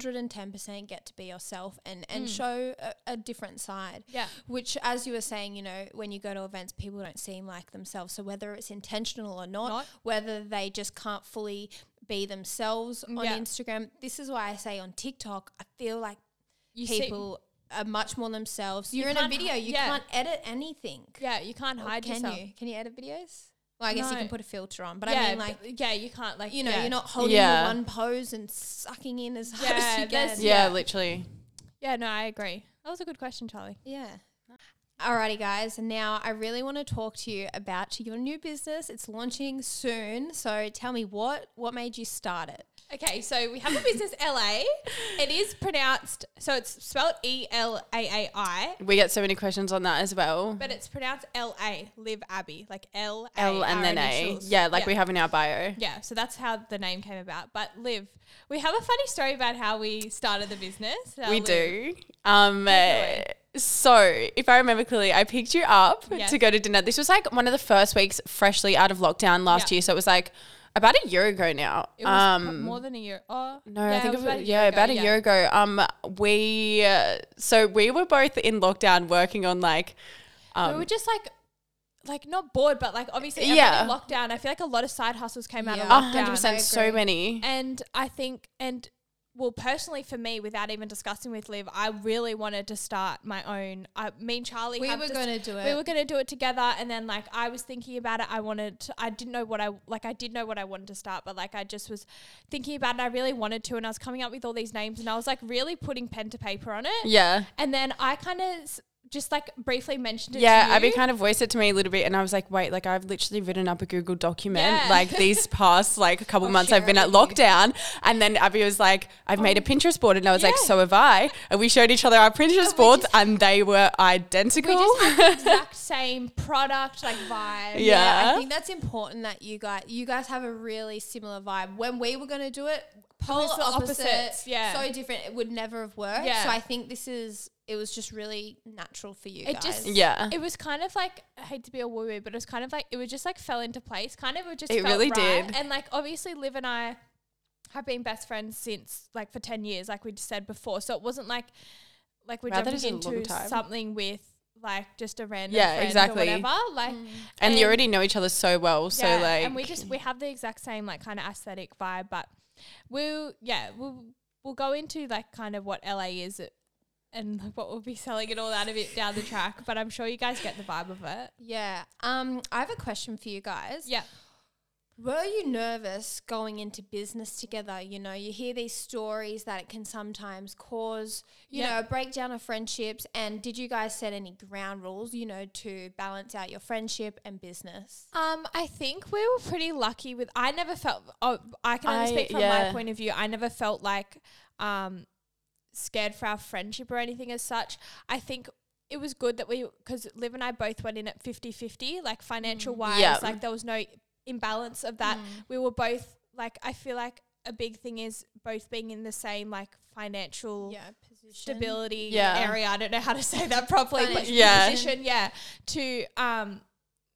[SPEAKER 2] 110% get to be yourself and, and
[SPEAKER 1] Mm.
[SPEAKER 2] show a, a different side.
[SPEAKER 1] Yeah.
[SPEAKER 2] Which, as you were saying, you know, when you go to events, people don't seem like themselves. So, whether it's intentional or not,
[SPEAKER 1] Not.
[SPEAKER 2] whether they just can't fully be themselves on
[SPEAKER 1] Yeah.
[SPEAKER 2] Instagram, this is why I say on TikTok, I feel like
[SPEAKER 1] you see-
[SPEAKER 2] people are much more themselves. You're in a
[SPEAKER 1] can't
[SPEAKER 2] video,
[SPEAKER 1] hi-
[SPEAKER 2] you
[SPEAKER 1] yeah.
[SPEAKER 2] can't edit anything.
[SPEAKER 1] Yeah, you can't hide
[SPEAKER 2] Can
[SPEAKER 1] yourself.
[SPEAKER 2] you? Can you edit videos? Well, I guess you
[SPEAKER 1] No.
[SPEAKER 2] can put a filter on, but
[SPEAKER 1] yeah,
[SPEAKER 2] I mean, like,
[SPEAKER 1] but- yeah, you can't like
[SPEAKER 2] you know,
[SPEAKER 1] yeah.
[SPEAKER 2] you're not holding
[SPEAKER 3] Yeah.
[SPEAKER 2] the one pose and sucking in as hard as
[SPEAKER 1] Yeah,
[SPEAKER 2] you
[SPEAKER 1] there's-
[SPEAKER 2] can.
[SPEAKER 3] yeah
[SPEAKER 1] Yeah.
[SPEAKER 3] literally
[SPEAKER 1] Yeah, no, I agree. That was a good question, Charlie.
[SPEAKER 2] Yeah. Alrighty, guys. Now I really want to talk to you about your new business. It's launching soon, so tell me what what made you start it?
[SPEAKER 1] Okay, so we have a business LA. It is pronounced so it's spelled E L A A I,
[SPEAKER 3] we get so many questions on that as well
[SPEAKER 1] but it's pronounced L A, Live Abbey, like L A
[SPEAKER 3] L and
[SPEAKER 1] are
[SPEAKER 3] then A.
[SPEAKER 1] initials.
[SPEAKER 3] Yeah, like we have in our bio.
[SPEAKER 1] Yeah, so that's how the name came about. But Liv, we have a funny story about how we started the business. Now,
[SPEAKER 3] We
[SPEAKER 1] Liv,
[SPEAKER 3] do. Um, uh, so, if I remember clearly, I picked you up
[SPEAKER 1] Yes.
[SPEAKER 3] to go to dinner. This was like one of the first weeks freshly out of lockdown last
[SPEAKER 1] Yeah.
[SPEAKER 3] year. So, it was like about a year ago now.
[SPEAKER 1] It was pro-
[SPEAKER 3] um,
[SPEAKER 1] more than a year. Oh
[SPEAKER 3] No, I think
[SPEAKER 1] it was
[SPEAKER 3] about,
[SPEAKER 1] a
[SPEAKER 3] yeah,
[SPEAKER 1] year ago,
[SPEAKER 3] about a
[SPEAKER 1] yeah.
[SPEAKER 3] year ago. Um, we uh, so we were both in lockdown working on like, um,
[SPEAKER 1] we were just like like not bored but like obviously yeah
[SPEAKER 3] Yeah.
[SPEAKER 1] lockdown i feel like a lot of side hustles came out
[SPEAKER 2] Yeah.
[SPEAKER 1] of
[SPEAKER 3] a hundred
[SPEAKER 1] lockdown
[SPEAKER 3] percent,
[SPEAKER 2] I
[SPEAKER 3] so
[SPEAKER 2] agree.
[SPEAKER 3] many.
[SPEAKER 1] and i think and well, personally for me, without even discussing with Liv, I really wanted to start my own. I, me and Charlie,
[SPEAKER 2] We
[SPEAKER 1] have
[SPEAKER 2] were
[SPEAKER 1] dis-
[SPEAKER 2] gonna do
[SPEAKER 1] We
[SPEAKER 2] it.
[SPEAKER 1] were going to do it together, and then like I was thinking about it. I wanted. To, I didn't know what I like. I did know what I wanted to start, but like I just was thinking about it. I really wanted to, and I was coming up with all these names, and I was like really putting pen to paper on it.
[SPEAKER 3] Yeah.
[SPEAKER 1] And then I kind of just like briefly mentioned it.
[SPEAKER 3] Yeah,
[SPEAKER 1] to you.
[SPEAKER 3] Abby kind of voiced it to me a little bit, and I was like, "Wait, like I've literally written up a Google document
[SPEAKER 1] Yeah.
[SPEAKER 3] like these past like a couple
[SPEAKER 2] I'll
[SPEAKER 3] months
[SPEAKER 2] share
[SPEAKER 3] I've been
[SPEAKER 2] it
[SPEAKER 3] at
[SPEAKER 2] with you.
[SPEAKER 3] lockdown." And then Abby was like, "I've made a Pinterest board," and I was like,
[SPEAKER 1] Oh. yeah.
[SPEAKER 3] "So have I." And we showed each other our Pinterest
[SPEAKER 2] just-
[SPEAKER 3] boards, and they were
[SPEAKER 1] we
[SPEAKER 3] identical.
[SPEAKER 1] just had the exact same product, like vibe.
[SPEAKER 3] Yeah.
[SPEAKER 2] I think that's important that you guys you guys have a really similar vibe. When we were gonna do it, polar
[SPEAKER 1] Opposite
[SPEAKER 2] opposite,
[SPEAKER 1] opposites, yeah.
[SPEAKER 2] so different. It would never have worked.
[SPEAKER 1] Yeah.
[SPEAKER 2] So I think this is it was just really natural for you
[SPEAKER 1] It
[SPEAKER 2] guys.
[SPEAKER 1] just
[SPEAKER 3] Yeah.
[SPEAKER 1] It was kind of like I hate to be a woo woo, but it was kind of like it was just like fell into place. Kind of it just
[SPEAKER 3] It
[SPEAKER 1] felt
[SPEAKER 3] really
[SPEAKER 1] right.
[SPEAKER 3] did.
[SPEAKER 1] And like obviously, Liv and I have been best friends since like for ten years, like we just said before. So it wasn't like like we're
[SPEAKER 3] Rather
[SPEAKER 1] jumping
[SPEAKER 3] just a long
[SPEAKER 1] into
[SPEAKER 3] time.
[SPEAKER 1] something with like just a random
[SPEAKER 3] Yeah,
[SPEAKER 1] friend
[SPEAKER 3] exactly.
[SPEAKER 1] or whatever. Like
[SPEAKER 2] Mm.
[SPEAKER 3] and, you already know each other so well, so
[SPEAKER 1] yeah,
[SPEAKER 3] like,
[SPEAKER 1] and we just we have the exact same like kind of aesthetic vibe, but we'll yeah we'll we'll go into like kind of what LA is. And like what we'll be selling and all out of it down the track, but I'm sure you guys get the vibe of it.
[SPEAKER 2] yeah. Um, I have a question for you guys.
[SPEAKER 1] Yeah.
[SPEAKER 2] Were you nervous going into business together? You know, you hear these stories that it can sometimes cause, you
[SPEAKER 1] Yeah.
[SPEAKER 2] know, a breakdown of friendships. And did you guys set any ground rules, you know, to balance out your friendship and business?
[SPEAKER 1] Um, I think we were pretty lucky with. I never felt. Oh, I can only
[SPEAKER 3] I-
[SPEAKER 1] speak from my
[SPEAKER 3] yeah.
[SPEAKER 1] point of view. I never felt like um, scared for our friendship or anything as such. I think it was good that we, because Liv and I both went in at 50 50, like financial wise,
[SPEAKER 3] Mm, Yeah. Mm.
[SPEAKER 1] like there was no imbalance of that. We were both, like, I feel like a big thing is both being in the same, like, financial
[SPEAKER 2] position.
[SPEAKER 1] stability
[SPEAKER 3] Yeah.
[SPEAKER 1] area. I don't know how to say that properly, but
[SPEAKER 2] Financial
[SPEAKER 3] Yeah.
[SPEAKER 1] position, yeah. To um,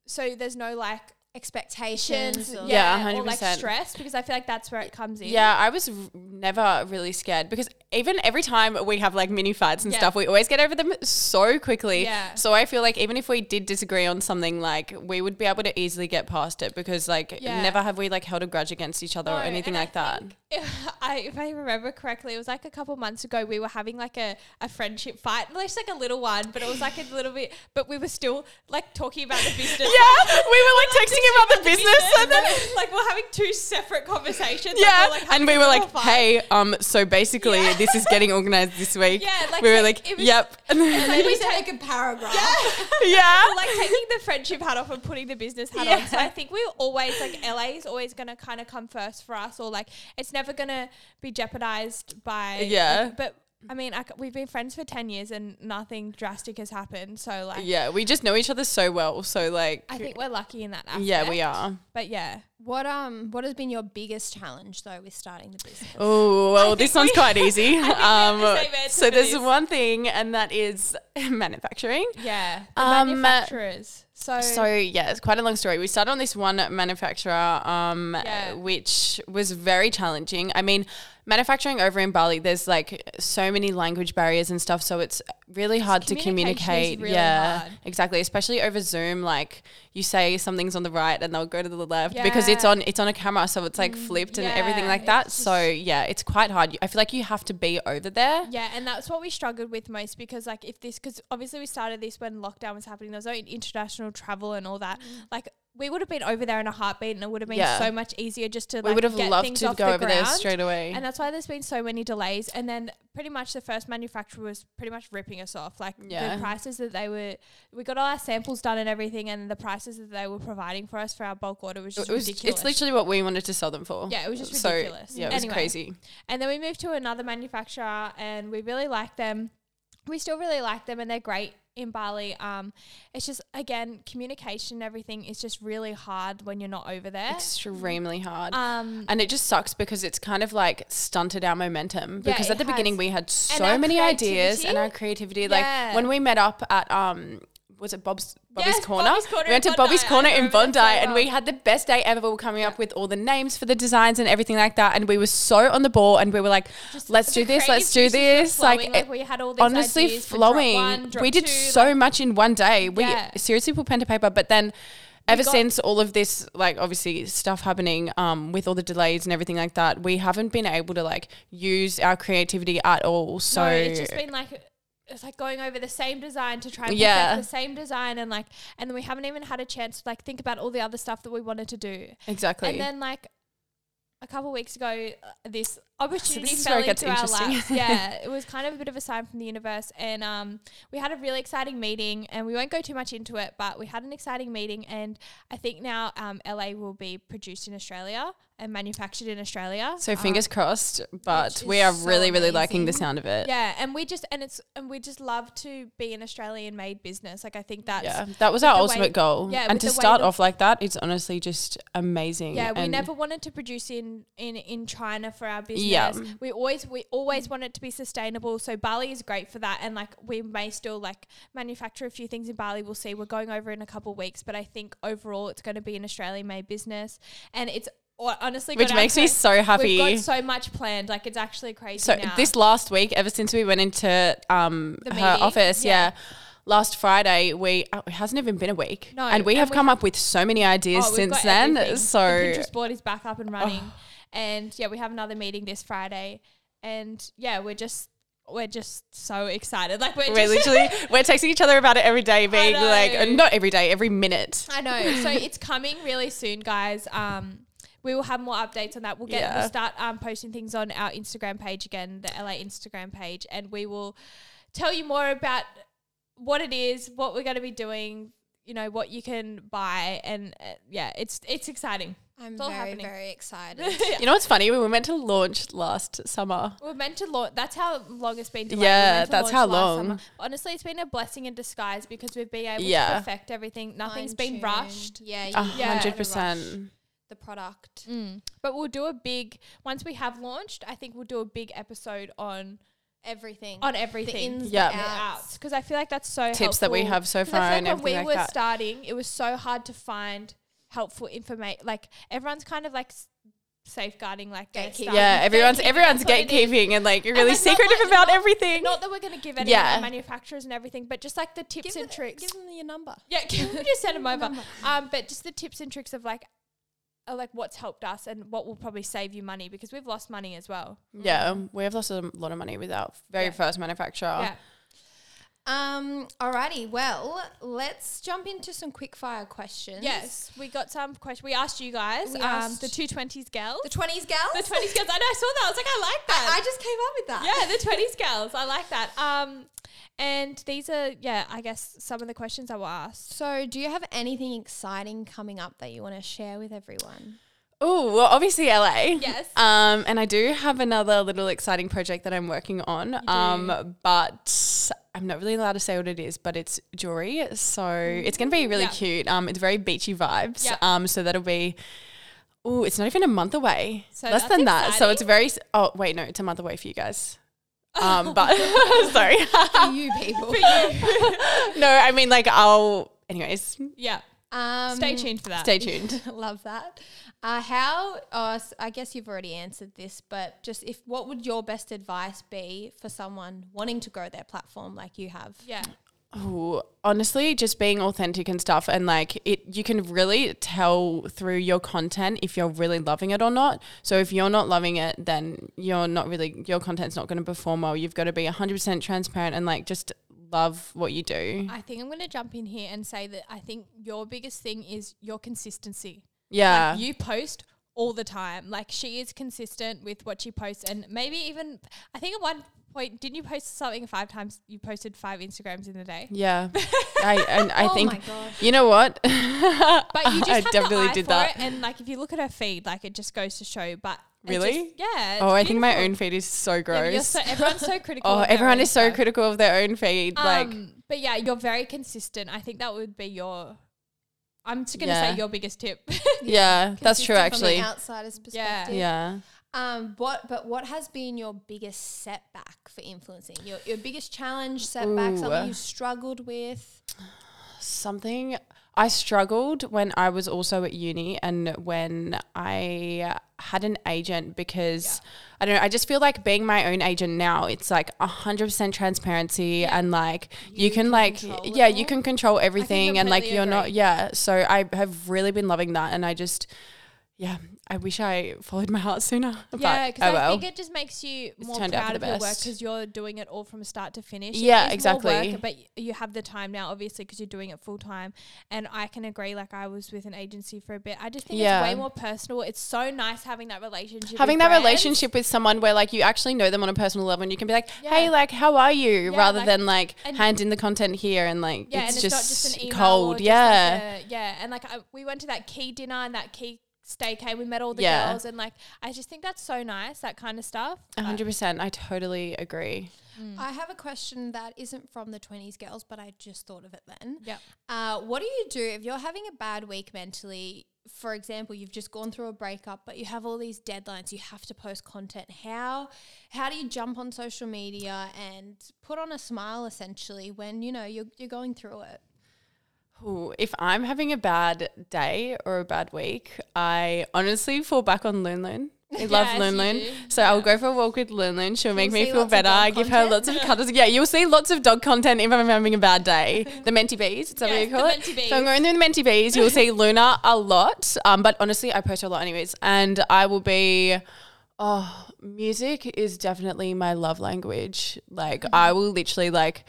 [SPEAKER 1] so there's no like
[SPEAKER 2] Expectations.
[SPEAKER 1] yeah,
[SPEAKER 2] or-
[SPEAKER 3] Yeah,
[SPEAKER 1] or like
[SPEAKER 3] 100%.
[SPEAKER 1] stress because I feel like that's where it comes in.
[SPEAKER 3] Yeah, I was r- never really scared because even every time we have like mini fights and
[SPEAKER 1] Yeah.
[SPEAKER 3] stuff, we always get over them so quickly.
[SPEAKER 1] Yeah.
[SPEAKER 3] So I feel like even if we did disagree on something, like we would be able to easily get past it because like
[SPEAKER 1] Yeah.
[SPEAKER 3] never have we like held a grudge against each other
[SPEAKER 1] No,
[SPEAKER 3] or anything
[SPEAKER 1] and I
[SPEAKER 3] like that.
[SPEAKER 1] If I, if I remember correctly, it was like a couple months ago we were having like a, a friendship fight, at least like a little one, but it was like a little bit, but we were still like talking about the business.
[SPEAKER 3] yeah, we were like texting about the business and then.
[SPEAKER 1] like we're having two separate conversations. like,
[SPEAKER 3] Yeah,
[SPEAKER 1] we're, like,
[SPEAKER 3] and
[SPEAKER 1] having
[SPEAKER 3] we
[SPEAKER 1] a
[SPEAKER 3] were
[SPEAKER 1] little
[SPEAKER 3] like,
[SPEAKER 1] fight.
[SPEAKER 3] "Hey, um, so basically, this is getting organized this week."
[SPEAKER 1] Yeah, like,
[SPEAKER 3] we were
[SPEAKER 1] like,
[SPEAKER 3] like,
[SPEAKER 1] it was-
[SPEAKER 3] "Yep,
[SPEAKER 2] Maybe take a paragraph.
[SPEAKER 3] yeah."
[SPEAKER 1] We're, like taking the friendship hat off and putting the business hat on. So I think we always like LA is always gonna kind of come first for us, or like it's never gonna be jeopardized by
[SPEAKER 3] Yeah.
[SPEAKER 1] like, but I mean, I c we've been friends for ten years and nothing drastic has happened. So like,
[SPEAKER 3] yeah, we just know each other so well, so like,
[SPEAKER 1] I think we're lucky in that. Aspect.
[SPEAKER 3] yeah, we are.
[SPEAKER 1] But yeah,
[SPEAKER 2] What um what has been your biggest challenge though with starting the business?
[SPEAKER 3] Oh well, this one's quite easy.
[SPEAKER 1] have
[SPEAKER 3] um,
[SPEAKER 1] the same answer
[SPEAKER 3] so
[SPEAKER 1] for
[SPEAKER 3] there's
[SPEAKER 1] this.
[SPEAKER 3] one thing, and that is manufacturing.
[SPEAKER 1] yeah, the
[SPEAKER 3] Um,
[SPEAKER 1] manufacturers. So,
[SPEAKER 3] So yeah, it's quite a long story. We started on this one manufacturer, um,
[SPEAKER 1] Yeah.
[SPEAKER 3] which was very challenging. I mean, manufacturing over in Bali, there's like so many language barriers and stuff, so it's really hard to
[SPEAKER 1] communication is
[SPEAKER 3] communicate.
[SPEAKER 1] really
[SPEAKER 3] yeah,
[SPEAKER 1] hard.
[SPEAKER 3] exactly. Especially over Zoom, like you say something's on the right, and they'll go to the left because it's
[SPEAKER 1] Yeah. Mm,
[SPEAKER 3] on it's on a camera, so it's like flipped and everything
[SPEAKER 1] yeah,
[SPEAKER 3] like that. So yeah, it's quite hard. I feel like you have to be over there.
[SPEAKER 1] Yeah, and that's what we struggled with most because, like, if this, because obviously we started this when lockdown was happening, there was no international travel and all that. Like, we would have been over there in a heartbeat, and it would have been
[SPEAKER 3] Mm. Yeah.
[SPEAKER 1] so much easier just to. Like,
[SPEAKER 3] we would have
[SPEAKER 1] get
[SPEAKER 3] loved
[SPEAKER 1] things
[SPEAKER 3] to
[SPEAKER 1] off
[SPEAKER 3] go
[SPEAKER 1] the
[SPEAKER 3] over there
[SPEAKER 1] ground.
[SPEAKER 3] straight away.
[SPEAKER 1] And that's why there's been so many delays. And then pretty much the first manufacturer was pretty much ripping us off. Like
[SPEAKER 3] Yeah.
[SPEAKER 1] the prices that they were, we got all our samples done and everything, and the prices that they were providing for us for our bulk order was just
[SPEAKER 3] It was,
[SPEAKER 1] ridiculous.
[SPEAKER 3] it's literally what we wanted to sell them for.
[SPEAKER 1] Yeah, it was just
[SPEAKER 3] So,
[SPEAKER 1] ridiculous.
[SPEAKER 3] yeah, it was
[SPEAKER 1] Anyway.
[SPEAKER 3] crazy.
[SPEAKER 1] And then we moved to another manufacturer and we really like them. We still really like them and they're great in Bali. Um, it's just, again, communication and everything is just really hard when you're not over there.
[SPEAKER 3] Extremely hard.
[SPEAKER 1] Eh? um,
[SPEAKER 3] and it just sucks because it's kind of like stunted our momentum
[SPEAKER 1] Yeah,
[SPEAKER 3] because
[SPEAKER 1] it
[SPEAKER 3] at the beginning
[SPEAKER 1] has.
[SPEAKER 3] we had so
[SPEAKER 1] our
[SPEAKER 3] many ideas and
[SPEAKER 1] creativity.
[SPEAKER 3] our creativity.
[SPEAKER 1] Yeah.
[SPEAKER 3] Like when we met up at um was it Bob's Bobby's
[SPEAKER 1] Yes,
[SPEAKER 3] Corner?
[SPEAKER 1] Bobby's Corner
[SPEAKER 3] we went
[SPEAKER 1] in
[SPEAKER 3] to Bobby's
[SPEAKER 1] Bondi. I
[SPEAKER 3] Corner in
[SPEAKER 1] remember
[SPEAKER 3] Bondi
[SPEAKER 1] that so
[SPEAKER 3] and we
[SPEAKER 1] well.
[SPEAKER 3] had the best day ever. We were coming up with all the names for the designs and everything like that. And we were so on the ball and we were like, let's
[SPEAKER 1] the
[SPEAKER 3] do this, let's do
[SPEAKER 1] creative juices
[SPEAKER 3] this.
[SPEAKER 1] were flowing,
[SPEAKER 3] Like,
[SPEAKER 1] like,
[SPEAKER 3] it-
[SPEAKER 1] we had all these
[SPEAKER 3] honestly
[SPEAKER 1] ideas for drop
[SPEAKER 3] flowing.
[SPEAKER 1] one, drop
[SPEAKER 3] we did
[SPEAKER 1] two,
[SPEAKER 3] so much in one day. We
[SPEAKER 1] Yeah.
[SPEAKER 3] seriously put pen to paper, but then ever
[SPEAKER 1] got-
[SPEAKER 3] since all of this, like obviously stuff happening, um, with all the delays and everything like that, we haven't been able to like use our creativity at all. So
[SPEAKER 1] no, it's just been like it's like going over the same design to try and
[SPEAKER 3] Yeah.
[SPEAKER 1] perfect the same design and like and then we haven't even had a chance to like think about all the other stuff that we wanted to do.
[SPEAKER 3] exactly.
[SPEAKER 1] And then like a couple of weeks ago, uh, this opportunity
[SPEAKER 3] is where
[SPEAKER 1] fell
[SPEAKER 3] it gets
[SPEAKER 1] into our
[SPEAKER 3] interesting.
[SPEAKER 1] laps. yeah, it was kind of a bit of a sign from the universe, and um, we had a really exciting meeting, and we won't go too much into it, but we had an exciting meeting, and I think now um, LA will be produced in Australia and manufactured in Australia.
[SPEAKER 3] so fingers
[SPEAKER 1] um,
[SPEAKER 3] crossed, but
[SPEAKER 2] which
[SPEAKER 3] we
[SPEAKER 2] is
[SPEAKER 3] are
[SPEAKER 2] so
[SPEAKER 3] really, really liking the
[SPEAKER 2] amazing.
[SPEAKER 3] sound of it.
[SPEAKER 1] yeah, and we just and it's and we just love to be an Australian made business. Like I think that's
[SPEAKER 3] Yeah, that was
[SPEAKER 1] with
[SPEAKER 3] our
[SPEAKER 1] the
[SPEAKER 3] ultimate
[SPEAKER 1] way-
[SPEAKER 3] goal.
[SPEAKER 1] yeah,
[SPEAKER 3] and
[SPEAKER 1] with
[SPEAKER 3] to
[SPEAKER 1] the way
[SPEAKER 3] start
[SPEAKER 1] that-
[SPEAKER 3] off like that, it's honestly just amazing.
[SPEAKER 1] Yeah, we
[SPEAKER 3] and
[SPEAKER 1] never wanted to produce in in in China for our business.
[SPEAKER 3] Yeah.
[SPEAKER 1] We always we always want it to be sustainable. So Bali is great for that and like we may still like manufacture a few things in Bali. We'll see. We're going over in a couple of weeks, but I think overall it's going to be an Australian made business and it's o- honestly
[SPEAKER 3] Which
[SPEAKER 1] got
[SPEAKER 3] makes me
[SPEAKER 1] our-
[SPEAKER 3] so happy.
[SPEAKER 1] We've got so much planned. Like it's actually crazy
[SPEAKER 3] So
[SPEAKER 1] now.
[SPEAKER 3] this last week, ever since we went into um
[SPEAKER 1] The
[SPEAKER 3] her
[SPEAKER 1] meeting,
[SPEAKER 3] office,
[SPEAKER 1] yeah.
[SPEAKER 3] yeah. Last Friday, we oh, it hasn't even been a week,
[SPEAKER 1] No,
[SPEAKER 3] and we
[SPEAKER 1] and
[SPEAKER 3] have
[SPEAKER 1] we
[SPEAKER 3] come up with so many ideas
[SPEAKER 1] Oh, we've
[SPEAKER 3] since
[SPEAKER 1] got
[SPEAKER 3] then.
[SPEAKER 1] everything.
[SPEAKER 3] So Oh.
[SPEAKER 1] the Pinterest board is back up and running, and yeah, we have another meeting this Friday, and yeah, we're just we're just so excited. Like we're,
[SPEAKER 3] we're
[SPEAKER 1] just
[SPEAKER 3] literally we're texting each other about it every day, being
[SPEAKER 1] know.
[SPEAKER 3] like uh, not every day, every minute.
[SPEAKER 1] I know. So it's coming really soon, guys. Um, we will have more updates on that. We'll get
[SPEAKER 3] Yeah.
[SPEAKER 1] we'll start um, posting things on our Instagram page again, the LA Instagram page, and we will tell you more about what it is, what we're going to be doing. You know what you can buy, and uh, yeah, it's it's exciting.
[SPEAKER 2] I'm
[SPEAKER 1] It's all
[SPEAKER 2] very,
[SPEAKER 1] happening.
[SPEAKER 2] very excited.
[SPEAKER 3] You know what's funny? We were meant to launch last summer.
[SPEAKER 1] We We're meant to launch. That's how long it's been. Delayed. We were
[SPEAKER 3] Yeah,
[SPEAKER 1] meant to
[SPEAKER 3] that's
[SPEAKER 1] launch
[SPEAKER 3] how
[SPEAKER 1] last
[SPEAKER 3] long.
[SPEAKER 1] summer. Honestly, it's been a blessing in disguise because we've been able
[SPEAKER 3] Yeah.
[SPEAKER 1] to perfect everything. Nothing's
[SPEAKER 2] Nothing's
[SPEAKER 1] been rushed.
[SPEAKER 2] Yeah, you
[SPEAKER 3] A
[SPEAKER 2] need to
[SPEAKER 1] Yeah.
[SPEAKER 3] hundred
[SPEAKER 2] rush
[SPEAKER 3] percent.
[SPEAKER 2] The product.
[SPEAKER 1] But we'll do a big once we have launched. I think we'll do a big episode on
[SPEAKER 2] Everything.
[SPEAKER 1] on
[SPEAKER 2] the
[SPEAKER 1] everything.
[SPEAKER 2] ins,
[SPEAKER 3] Yeah.
[SPEAKER 2] the outs.
[SPEAKER 1] outs because I feel like that's so
[SPEAKER 3] Tips that we
[SPEAKER 1] helpful.
[SPEAKER 3] have so
[SPEAKER 1] 'Cause I feel
[SPEAKER 3] far and
[SPEAKER 1] like when
[SPEAKER 3] everything
[SPEAKER 1] we
[SPEAKER 3] like
[SPEAKER 1] were
[SPEAKER 3] that.
[SPEAKER 1] starting, it was so hard to find helpful information. Like everyone's kind of like s- safeguarding, like their
[SPEAKER 2] Gatekeeping.
[SPEAKER 1] stuff.
[SPEAKER 3] Yeah, everyone's
[SPEAKER 1] Gatekeeping,
[SPEAKER 3] everyone's
[SPEAKER 1] that's what it is.
[SPEAKER 3] gatekeeping and like you're really
[SPEAKER 1] like, not
[SPEAKER 3] secretive
[SPEAKER 1] like-
[SPEAKER 3] about
[SPEAKER 1] not-
[SPEAKER 3] everything.
[SPEAKER 1] Not that we're going to give any
[SPEAKER 3] Yeah.
[SPEAKER 1] manufacturers and everything, but just like the tips and tricks.
[SPEAKER 2] Give them your number.
[SPEAKER 1] Yeah, can we just send them over?
[SPEAKER 2] Number.
[SPEAKER 1] Um, but just the tips and tricks of like, of like what's helped us and what will probably save you money because we've lost money as well.
[SPEAKER 3] yeah, we have lost a lot of money with our very
[SPEAKER 1] Yeah.
[SPEAKER 3] first manufacturer.
[SPEAKER 1] Yeah.
[SPEAKER 2] Um, alrighty. Well, let's jump into some quick fire questions.
[SPEAKER 1] Yes, we got some questions. We asked you guys,
[SPEAKER 2] We
[SPEAKER 1] um,
[SPEAKER 2] asked-
[SPEAKER 1] the two twenties gals,
[SPEAKER 2] The twenties girls.
[SPEAKER 1] the twenties gals. I know, I saw that. I was like, I like that.
[SPEAKER 2] I, I just came up with that.
[SPEAKER 1] yeah, the twenties gals. I like that. Um, and these are yeah, I guess some of the questions I were asked.
[SPEAKER 2] So, do you have anything exciting coming up that you want to share with everyone?
[SPEAKER 3] Oh, well, obviously LA.
[SPEAKER 1] Yes.
[SPEAKER 3] Um, and I do have another little exciting project that I'm working on. Um, but I'm not really allowed to say what it is, but it's jewelry. So it's going to be really
[SPEAKER 1] Yeah.
[SPEAKER 3] cute. Um, it's very beachy vibes.
[SPEAKER 1] Yeah.
[SPEAKER 3] Um, so that'll be. Oh, it's not even a month away.
[SPEAKER 1] So
[SPEAKER 3] Less
[SPEAKER 1] that's
[SPEAKER 3] than that. So
[SPEAKER 1] exciting.
[SPEAKER 3] it's very. s- Oh, wait, no, it's a month away for you guys. Um, but sorry.
[SPEAKER 2] For you people.
[SPEAKER 3] no, I mean like I'll. Anyways,
[SPEAKER 1] Yeah,
[SPEAKER 2] Um,
[SPEAKER 1] Mm. stay tuned for that.
[SPEAKER 3] stay tuned.
[SPEAKER 2] Love that. Uh, how? Uh, s- I guess you've already answered this, but just if what would your best advice be for someone wanting to grow their platform like you have?
[SPEAKER 1] yeah,
[SPEAKER 3] Ooh, honestly, just being authentic and stuff, and like it, you can really tell through your content if you're really loving it or not. So if you're not loving it, then you're not really your content's not going to perform well. You've got to be hundred percent transparent and like just love what you do.
[SPEAKER 1] I think I'm going to jump in here and say that I think your biggest thing is your consistency.
[SPEAKER 3] Yeah,
[SPEAKER 1] Like you post all the time. Like she is consistent with what she posts, and maybe even I think at one point didn't you post something five times? You posted five Instagrams in a day,
[SPEAKER 3] yeah. I and I
[SPEAKER 2] oh
[SPEAKER 3] think
[SPEAKER 2] my gosh.
[SPEAKER 3] you know what.
[SPEAKER 1] but you just
[SPEAKER 3] I
[SPEAKER 1] have
[SPEAKER 3] definitely
[SPEAKER 1] the eye
[SPEAKER 3] did
[SPEAKER 1] for
[SPEAKER 3] that.
[SPEAKER 1] it. And like if you look at her feed, like it just goes to show. But it
[SPEAKER 3] Really?
[SPEAKER 1] just- yeah. it's
[SPEAKER 3] oh, I think my
[SPEAKER 1] beautiful.
[SPEAKER 3] own feed is so
[SPEAKER 1] Yeah, but
[SPEAKER 3] gross.
[SPEAKER 1] you're so- everyone's so critical.
[SPEAKER 3] oh,
[SPEAKER 1] of their
[SPEAKER 3] everyone
[SPEAKER 1] own
[SPEAKER 3] is so
[SPEAKER 1] stuff.
[SPEAKER 3] critical of their own feed. like
[SPEAKER 1] Um, but yeah, you're very consistent. I think that would be your. I'm just gonna
[SPEAKER 3] Yeah.
[SPEAKER 1] say your biggest tip.
[SPEAKER 3] yeah, that's
[SPEAKER 2] Consistent
[SPEAKER 3] true
[SPEAKER 2] From
[SPEAKER 3] actually.
[SPEAKER 2] the outsider's
[SPEAKER 1] Yeah.
[SPEAKER 2] perspective.
[SPEAKER 3] Yeah.
[SPEAKER 2] Um, what? But what has been your biggest setback for influencing? Your your biggest challenge, setback,
[SPEAKER 3] Ooh.
[SPEAKER 2] something you struggled with?
[SPEAKER 3] something I struggled when I was also at uni and when I had an agent because I don't know, I just feel like being my own agent now, it's like 100% transparency and like you, can, like,
[SPEAKER 2] control it
[SPEAKER 3] yeah, you
[SPEAKER 2] more.
[SPEAKER 3] can control everything and like
[SPEAKER 1] completely
[SPEAKER 3] you're not,
[SPEAKER 1] agree.
[SPEAKER 3] yeah. So I have really been loving that and I just, yeah, I wish I followed my heart sooner.
[SPEAKER 1] Yeah,
[SPEAKER 3] but
[SPEAKER 1] because
[SPEAKER 3] oh
[SPEAKER 1] I
[SPEAKER 3] well.
[SPEAKER 1] think it just makes you more
[SPEAKER 3] turned out for
[SPEAKER 1] proud of
[SPEAKER 3] the
[SPEAKER 1] your work
[SPEAKER 3] best.
[SPEAKER 1] because you're doing it all from start to finish. It
[SPEAKER 3] Yeah,
[SPEAKER 1] is more
[SPEAKER 3] exactly.
[SPEAKER 1] work, but y- you have the time now, obviously, because you're doing it full time. And I can agree. Like I was with an agency for a bit. I just think
[SPEAKER 3] Yeah.
[SPEAKER 1] it's way more personal. It's so nice having that relationship.
[SPEAKER 3] having
[SPEAKER 1] with
[SPEAKER 3] that
[SPEAKER 1] brands.
[SPEAKER 3] relationship with someone where like you actually know them on a personal level and you can be like
[SPEAKER 1] Yeah.
[SPEAKER 3] hey like how are you
[SPEAKER 1] Yeah,
[SPEAKER 3] rather
[SPEAKER 1] like-
[SPEAKER 3] than like
[SPEAKER 1] and-
[SPEAKER 3] hand in the content here and like
[SPEAKER 1] Yeah, and
[SPEAKER 3] it's,
[SPEAKER 1] it's
[SPEAKER 3] just
[SPEAKER 1] not just an email or
[SPEAKER 3] cold
[SPEAKER 1] just
[SPEAKER 3] yeah
[SPEAKER 1] like a- uh, yeah, and like I, we went to that key dinner and that key staycay. We met all the
[SPEAKER 3] Yeah.
[SPEAKER 1] girls, and like I just think that's so nice. That kind of stuff.
[SPEAKER 3] a 100% i totally agree
[SPEAKER 2] I have a question that isn't from the 20s girls, but I just thought of it then.
[SPEAKER 1] Yeah.
[SPEAKER 2] Uh, what do you do if you're having a bad week mentally? For example, you've just gone through a breakup, but you have all these deadlines. You have to post content. How how do you jump on social media and put on a smile essentially when you know you're you're going through it?
[SPEAKER 3] Ooh, if i'm having a bad day or a bad week i honestly fall back on loon loon I love
[SPEAKER 1] Yes,
[SPEAKER 3] Loon
[SPEAKER 1] you
[SPEAKER 3] Loon.
[SPEAKER 1] do.
[SPEAKER 3] So I'll go for a walk with Loon Loon. She'll make me
[SPEAKER 2] see
[SPEAKER 3] feel
[SPEAKER 2] lots of
[SPEAKER 3] better.
[SPEAKER 2] dog
[SPEAKER 3] I give her
[SPEAKER 2] content.
[SPEAKER 3] lots of cuddles. Yeah, you'll see lots of dog content if I'm having a bad day. The Menti Bees, is that what
[SPEAKER 1] Yes,
[SPEAKER 3] you call
[SPEAKER 1] the
[SPEAKER 3] it?
[SPEAKER 1] Menti
[SPEAKER 3] So I'm
[SPEAKER 1] Bees.
[SPEAKER 3] going through the Menti Bees. You'll see Luna a lot. Um, but honestly, I post a lot anyways. And I will be, oh, music is definitely my love language. Like
[SPEAKER 1] Mm-hmm.
[SPEAKER 3] I will literally like,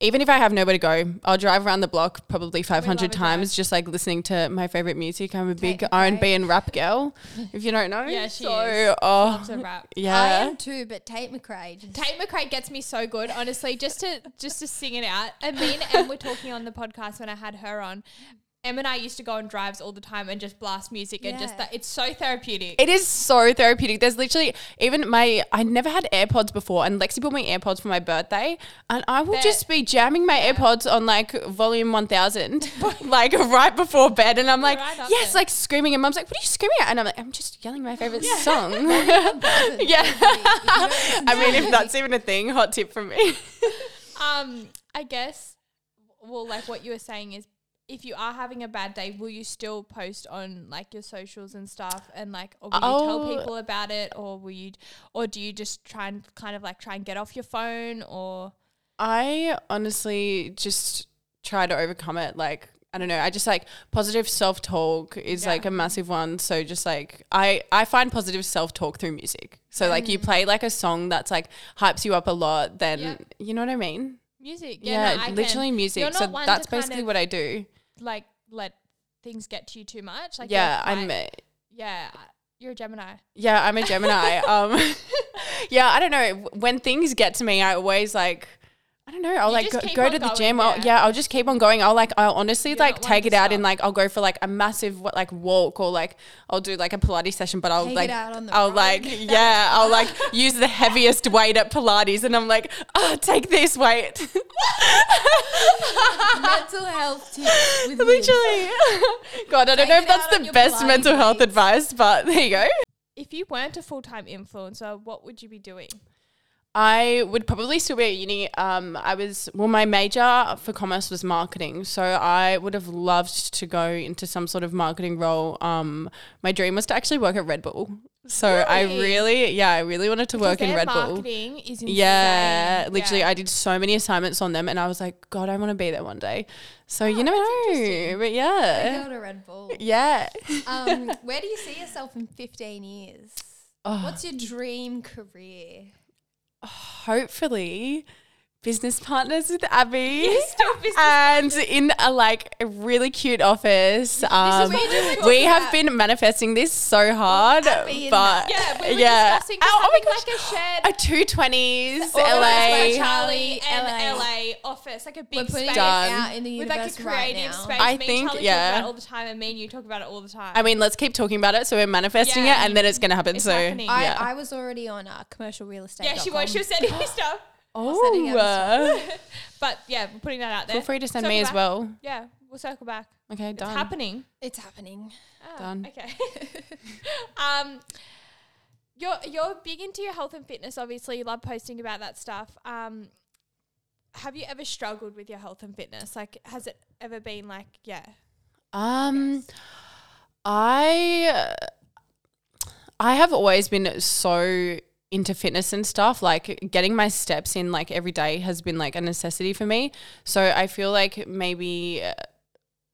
[SPEAKER 3] even if I have nowhere to go, I'll drive around the block probably 500
[SPEAKER 1] a drive.
[SPEAKER 3] times just like listening to my favorite music. I'm a big
[SPEAKER 2] okay.
[SPEAKER 3] R&B and rap girl, if you don't know.
[SPEAKER 1] Yeah, she
[SPEAKER 3] so,
[SPEAKER 1] is.
[SPEAKER 3] oh,
[SPEAKER 1] It's a wrap.
[SPEAKER 2] I
[SPEAKER 3] yeah.
[SPEAKER 2] am too, but Tate McRae. Just
[SPEAKER 1] Tate McRae gets me so good, honestly, just to just to sing it out. And me and Em were talking on the podcast when I had her on. Em and I used to go on drives all the time and just blast music and just
[SPEAKER 2] Yeah.
[SPEAKER 1] that it's so therapeutic.
[SPEAKER 3] It is so therapeutic. There's literally even my I never had AirPods before, and Lexi bought me AirPods for my birthday, and I will
[SPEAKER 1] They're-
[SPEAKER 3] just be jamming my AirPods on like volume one thousand, like right before bed, and I'm like,
[SPEAKER 1] Right up
[SPEAKER 3] yes,
[SPEAKER 1] there.
[SPEAKER 3] like screaming, and Mum's like, what are you screaming at? And I'm like, I'm just yelling my favorite song. yeah, I mean, if that's even a thing, hot tip from me.
[SPEAKER 1] Um, I guess well, like what you were saying is if you are having a bad day, will you still post on like your socials and stuff and like or will you
[SPEAKER 3] Oh.
[SPEAKER 1] tell people about it or will you or do you just try and kind of like try and get off your phone or
[SPEAKER 3] I honestly just try to overcome it. Like, I don't know. I just like positive self talk is
[SPEAKER 1] Yeah.
[SPEAKER 3] like a massive one. So just like I, I find positive self talk through music. So like you play like a song that's like hypes you up a lot, then
[SPEAKER 1] Mm. Yeah.
[SPEAKER 3] you know what I mean?
[SPEAKER 1] music?
[SPEAKER 3] Yeah,
[SPEAKER 1] no, I can.
[SPEAKER 3] literally music.
[SPEAKER 1] You're
[SPEAKER 3] so
[SPEAKER 1] not one to
[SPEAKER 3] that's
[SPEAKER 1] kind
[SPEAKER 3] basically
[SPEAKER 1] of-
[SPEAKER 3] what I do.
[SPEAKER 1] like let things get to you too much. Like you're
[SPEAKER 3] yeah, I'm
[SPEAKER 1] quite- yeah, you're a Gemini.
[SPEAKER 3] yeah, I'm a Gemini. um Yeah, I don't know. When things get to me, I always like I don't know. I'll like go,
[SPEAKER 1] just keep
[SPEAKER 3] go
[SPEAKER 1] on
[SPEAKER 3] to the
[SPEAKER 1] going,
[SPEAKER 3] gym. I'll,
[SPEAKER 1] yeah.
[SPEAKER 3] yeah, I'll just keep on going. I'll like, I'll honestly
[SPEAKER 1] You're
[SPEAKER 3] like
[SPEAKER 1] not one
[SPEAKER 3] take
[SPEAKER 1] to
[SPEAKER 3] it out and
[SPEAKER 1] stop.
[SPEAKER 3] like, I'll go for like a massive what, like walk or like, I'll do like a Pilates session, but I'll
[SPEAKER 2] Take it
[SPEAKER 3] like,
[SPEAKER 2] out on the
[SPEAKER 3] I'll
[SPEAKER 2] road.
[SPEAKER 3] like, yeah, I'll like use the heaviest weight at Pilates and I'm like, oh, take this weight.
[SPEAKER 2] mental health tips with Liz.
[SPEAKER 3] Literally. God, I don't
[SPEAKER 2] Take
[SPEAKER 3] know
[SPEAKER 2] it
[SPEAKER 3] if that's
[SPEAKER 2] out on
[SPEAKER 3] the
[SPEAKER 2] your
[SPEAKER 3] best
[SPEAKER 2] Pilates
[SPEAKER 3] mental health
[SPEAKER 2] weights.
[SPEAKER 3] advice, but there you go.
[SPEAKER 1] If you weren't a full time influencer, what would you be doing?
[SPEAKER 3] I would probably still be at uni. Um, I was well, my major for commerce was marketing, so I would have loved to go into some sort of marketing role. Um, my dream was to actually work at Red Bull, so I
[SPEAKER 1] Really?
[SPEAKER 3] really, yeah, I really wanted to work
[SPEAKER 1] Because
[SPEAKER 3] in
[SPEAKER 1] their
[SPEAKER 3] Red Bull.
[SPEAKER 1] marketing is insane.
[SPEAKER 3] Yeah, literally, I did so many assignments on them, and I was like, God, I want to be there one day. So
[SPEAKER 1] Ah,
[SPEAKER 3] you never know, but yeah,
[SPEAKER 2] Go to Red Bull.
[SPEAKER 3] yeah.
[SPEAKER 2] Um, where do you see yourself in 15 years? What's your dream career?
[SPEAKER 3] hopefully business partners with Abby
[SPEAKER 1] still business
[SPEAKER 3] and in a like a really cute office.
[SPEAKER 2] what
[SPEAKER 3] Um,
[SPEAKER 2] we were
[SPEAKER 3] we
[SPEAKER 2] talking
[SPEAKER 3] have
[SPEAKER 2] about.
[SPEAKER 3] been manifesting this so hard,
[SPEAKER 2] Abby and
[SPEAKER 3] but
[SPEAKER 1] Yeah, we were
[SPEAKER 3] yeah.
[SPEAKER 1] discussing
[SPEAKER 3] Ow,
[SPEAKER 1] just
[SPEAKER 3] oh my
[SPEAKER 1] having,
[SPEAKER 3] gosh.
[SPEAKER 1] like a shared
[SPEAKER 3] a two twenties
[SPEAKER 1] organized by
[SPEAKER 3] LA.
[SPEAKER 1] Charlie and
[SPEAKER 2] LA.
[SPEAKER 1] LA office, like a
[SPEAKER 2] We're
[SPEAKER 1] big
[SPEAKER 2] putting
[SPEAKER 1] space
[SPEAKER 2] it
[SPEAKER 3] Done.
[SPEAKER 2] out in the
[SPEAKER 1] with
[SPEAKER 2] universe
[SPEAKER 1] like a creative
[SPEAKER 2] right now.
[SPEAKER 1] space.
[SPEAKER 3] I
[SPEAKER 1] Me and
[SPEAKER 3] think,
[SPEAKER 1] Charlie talk
[SPEAKER 3] yeah.
[SPEAKER 1] about it all the time, and me and you talk about it all the time.
[SPEAKER 3] I mean, let's keep talking about it. So we're manifesting
[SPEAKER 1] Yeah,
[SPEAKER 3] it, and then it's gonna happen.
[SPEAKER 1] it's
[SPEAKER 3] so
[SPEAKER 1] happening.
[SPEAKER 2] I,
[SPEAKER 3] yeah.
[SPEAKER 2] I was already on uh, commercial real estate.
[SPEAKER 1] yeah, she was she was sending me stuff,
[SPEAKER 2] setting
[SPEAKER 3] oh,
[SPEAKER 2] up
[SPEAKER 3] uh,
[SPEAKER 1] but yeah, we're putting that out there.
[SPEAKER 3] feel free to send
[SPEAKER 1] Circle
[SPEAKER 3] me as
[SPEAKER 1] back.
[SPEAKER 3] well.
[SPEAKER 1] Yeah, we'll circle back.
[SPEAKER 3] Okay,
[SPEAKER 1] It's
[SPEAKER 3] done.
[SPEAKER 1] happening.
[SPEAKER 2] It's happening.
[SPEAKER 1] Ah,
[SPEAKER 3] Done.
[SPEAKER 1] Okay. um, you're you're big into your health and fitness. Obviously, you love posting about that stuff. Um, have you ever struggled with your health and fitness? Like, has it ever been like, yeah,
[SPEAKER 3] Um, I I have always been so into fitness and stuff. Like getting my steps in like every day has been like a necessity for me. So I feel like maybe uh,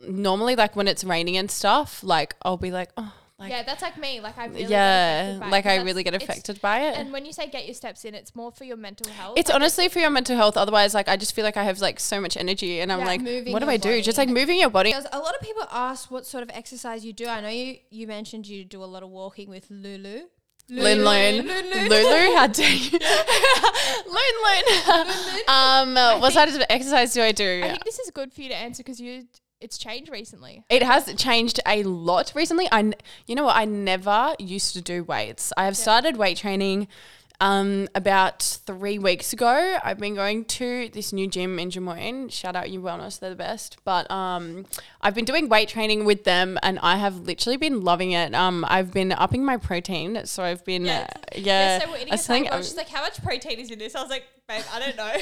[SPEAKER 3] normally like when it's raining and stuff, like I'll be like, oh, like
[SPEAKER 1] yeah, that's like me. Like I really get
[SPEAKER 3] yeah,
[SPEAKER 1] affected by it.
[SPEAKER 3] like I
[SPEAKER 1] That's-
[SPEAKER 3] really get
[SPEAKER 1] it's-
[SPEAKER 3] affected by it.
[SPEAKER 1] And when you say get your steps in, it's more for your mental health.
[SPEAKER 3] It's honestly for your mental health. Otherwise, like I just feel like I have like so much energy, and I'm
[SPEAKER 1] Yeah,
[SPEAKER 3] like,
[SPEAKER 2] moving
[SPEAKER 3] what do
[SPEAKER 2] your
[SPEAKER 3] I do? Just
[SPEAKER 2] body.
[SPEAKER 3] like moving your body.
[SPEAKER 2] Because a lot of people ask what sort of exercise you do. I know you, you mentioned you do a lot of walking with Lulu.
[SPEAKER 3] Loon Loon. Lulu, how dare you? Loon Loon. Um, what sort of exercise do I do?
[SPEAKER 1] I think this is good for you to answer because you it's changed recently.
[SPEAKER 3] It has changed a lot recently. I, n- you know what? I never used to do weights. I have started weight training. Um, about three weeks ago, I've been going to this new gym in Jamoin. Shout out you wellness, they're the best. But um, I've been doing weight training with them, and I have literally been loving it. Um, I've been upping my protein, so I've been
[SPEAKER 1] Yes.
[SPEAKER 3] uh,
[SPEAKER 1] Yeah,
[SPEAKER 3] yeah.
[SPEAKER 1] so we're eating
[SPEAKER 3] I um,
[SPEAKER 1] a
[SPEAKER 3] think
[SPEAKER 1] sandwich.
[SPEAKER 3] I'm-
[SPEAKER 1] She's like, how much protein is in this? I was like, babe, I don't know.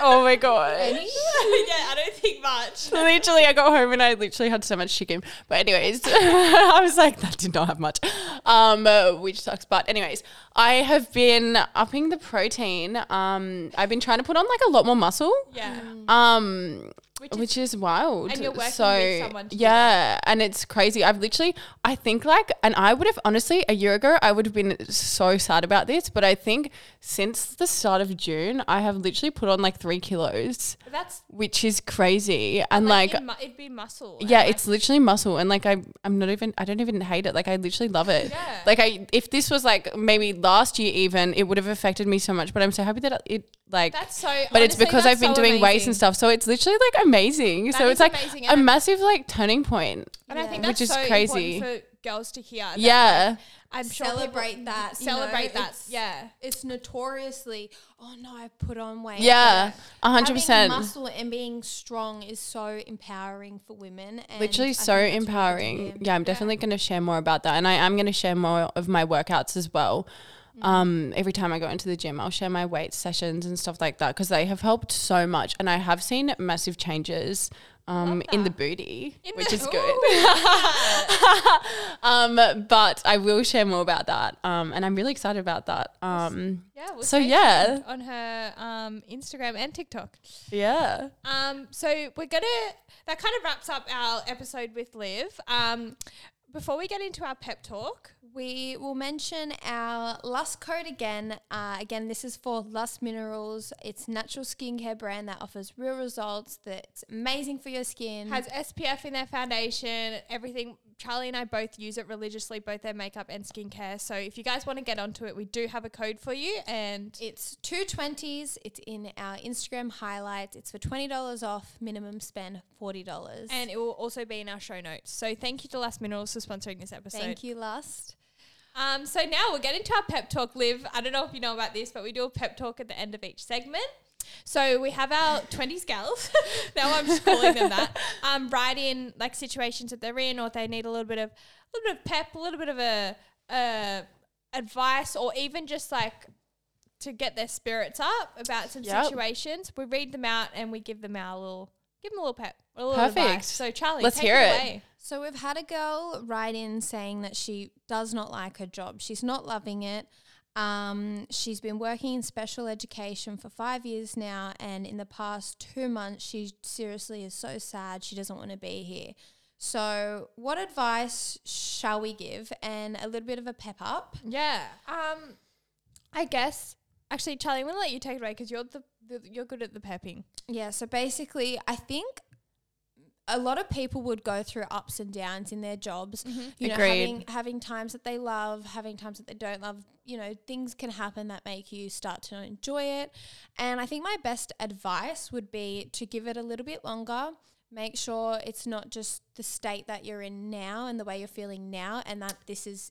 [SPEAKER 3] oh my god.
[SPEAKER 1] yeah, I don't think much.
[SPEAKER 3] literally, I got home and I literally had so much chicken. But anyways, I was like, that did not have much, um, uh, which sucks. But anyways, I have been upping the protein. Um, I've been trying to put on like a lot more muscle.
[SPEAKER 1] Yeah.
[SPEAKER 3] Um,
[SPEAKER 1] Mm-hmm. Which
[SPEAKER 3] which
[SPEAKER 1] is-
[SPEAKER 3] is, wild.
[SPEAKER 1] and you're working
[SPEAKER 3] so,
[SPEAKER 1] with someone to do
[SPEAKER 3] yeah, and it's crazy. I've literally, I think like, and I would have honestly a year ago, I would have been so sad about this, but I think since the start of June, I have literally put on like three kilos,
[SPEAKER 1] That's
[SPEAKER 3] which is crazy. And like,
[SPEAKER 1] in mu- it'd be muscle. and,
[SPEAKER 3] yeah,
[SPEAKER 1] like,
[SPEAKER 3] it's literally muscle, and like I, I'm not even. I don't even hate it. Like I literally love it.
[SPEAKER 1] Yeah.
[SPEAKER 3] Like I, if this was like maybe last year, even it would have affected me so much. But I'm so happy that it like.
[SPEAKER 1] that's so.
[SPEAKER 3] but it's because I've been doing weights and stuff, so it's literally like amazing.
[SPEAKER 1] That
[SPEAKER 3] so
[SPEAKER 1] is
[SPEAKER 3] it's like
[SPEAKER 1] amazing,
[SPEAKER 3] a
[SPEAKER 1] and I-
[SPEAKER 3] massive like turning point.
[SPEAKER 1] and I think
[SPEAKER 3] Yeah.
[SPEAKER 1] that's
[SPEAKER 3] Which is
[SPEAKER 1] so
[SPEAKER 3] crazy.
[SPEAKER 1] important for girls to hear. that,
[SPEAKER 3] Yeah,
[SPEAKER 1] I'm sure people
[SPEAKER 2] Celebrate that. you know,
[SPEAKER 1] celebrate that.
[SPEAKER 2] it's-
[SPEAKER 1] Yeah,
[SPEAKER 2] It's notoriously, oh no, I've put on weight.
[SPEAKER 3] yeah, a hundred
[SPEAKER 2] Having
[SPEAKER 3] percent.
[SPEAKER 2] Muscle and being strong is so empowering for women. And
[SPEAKER 3] Literally
[SPEAKER 2] I
[SPEAKER 3] so
[SPEAKER 2] think that's really good to
[SPEAKER 3] empowering.
[SPEAKER 2] hear.
[SPEAKER 3] Yeah, I'm definitely going to share more about that, and I am going to share more of my workouts as well.
[SPEAKER 2] Mm.
[SPEAKER 3] um, every time I go into the gym, I'll share my weight sessions and stuff like that because they have helped so much, and I have seen massive changes um, in the booty, which is good. um, but I will share more about that, um, and I'm really excited about that. Um,
[SPEAKER 1] yeah. we'll
[SPEAKER 3] so
[SPEAKER 1] stay
[SPEAKER 3] yeah,
[SPEAKER 1] tuned on her um, Instagram and TikTok.
[SPEAKER 3] yeah,
[SPEAKER 1] Um, so we're gonna that kind of wraps up our episode with Liv. Um, before we get into our pep talk,
[SPEAKER 2] We will mention our Lust Code again. Uh, again, this is for Lust Minerals. It's a natural skincare brand that offers real results. That's amazing for your skin.
[SPEAKER 3] Mm.
[SPEAKER 1] has SPF in their foundation, everything. Charlie and I both use it religiously, both their makeup and skincare. So if you guys want to get onto it, we do have a code for you. And
[SPEAKER 2] it's two twenties. It's in our Instagram highlights. It's for twenty dollars off. Minimum spend forty dollars.
[SPEAKER 1] and it will also be in our show notes. So thank you to Last Minerals for sponsoring this episode.
[SPEAKER 2] thank you, Lust.
[SPEAKER 1] Um, so now we'll get into our pep talk, Liv. I don't know if you know about this, but we do a pep talk at the end of each segment. So we have our 20s gals. now I'm just calling them that. Um, write in like situations that they're in or if they need a little bit of a little bit of pep, a little bit of a uh, advice or even just like to get their spirits up about some
[SPEAKER 3] Yep.
[SPEAKER 1] situations. We read them out and we give them our little give them a little pep, a little
[SPEAKER 3] Perfect.
[SPEAKER 1] advice. So Charlie,
[SPEAKER 3] Let's
[SPEAKER 1] take
[SPEAKER 3] hear it.
[SPEAKER 1] away.
[SPEAKER 2] So we've had a girl write in saying that she does not like her job. She's not loving it. Um, she's been working in special education for five years now, and in the past two months, she seriously is so sad. She doesn't want to be here. So, what advice shall we give? And a little bit of a pep up.
[SPEAKER 1] Yeah. Um, I guess actually, Charlie, I'm gonna let you take it away because you're the, the you're good at the pepping.
[SPEAKER 2] Yeah, so basically, I think a lot of people would go through ups and downs in their jobs. You know,
[SPEAKER 3] Agreed.
[SPEAKER 2] having, having times that they love, having times that they don't love. You know, things can happen that make you start to not enjoy it. And I think my best advice would be to give it a little bit longer. Make sure it's not just the state that you're in now and the way you're feeling now, and that this is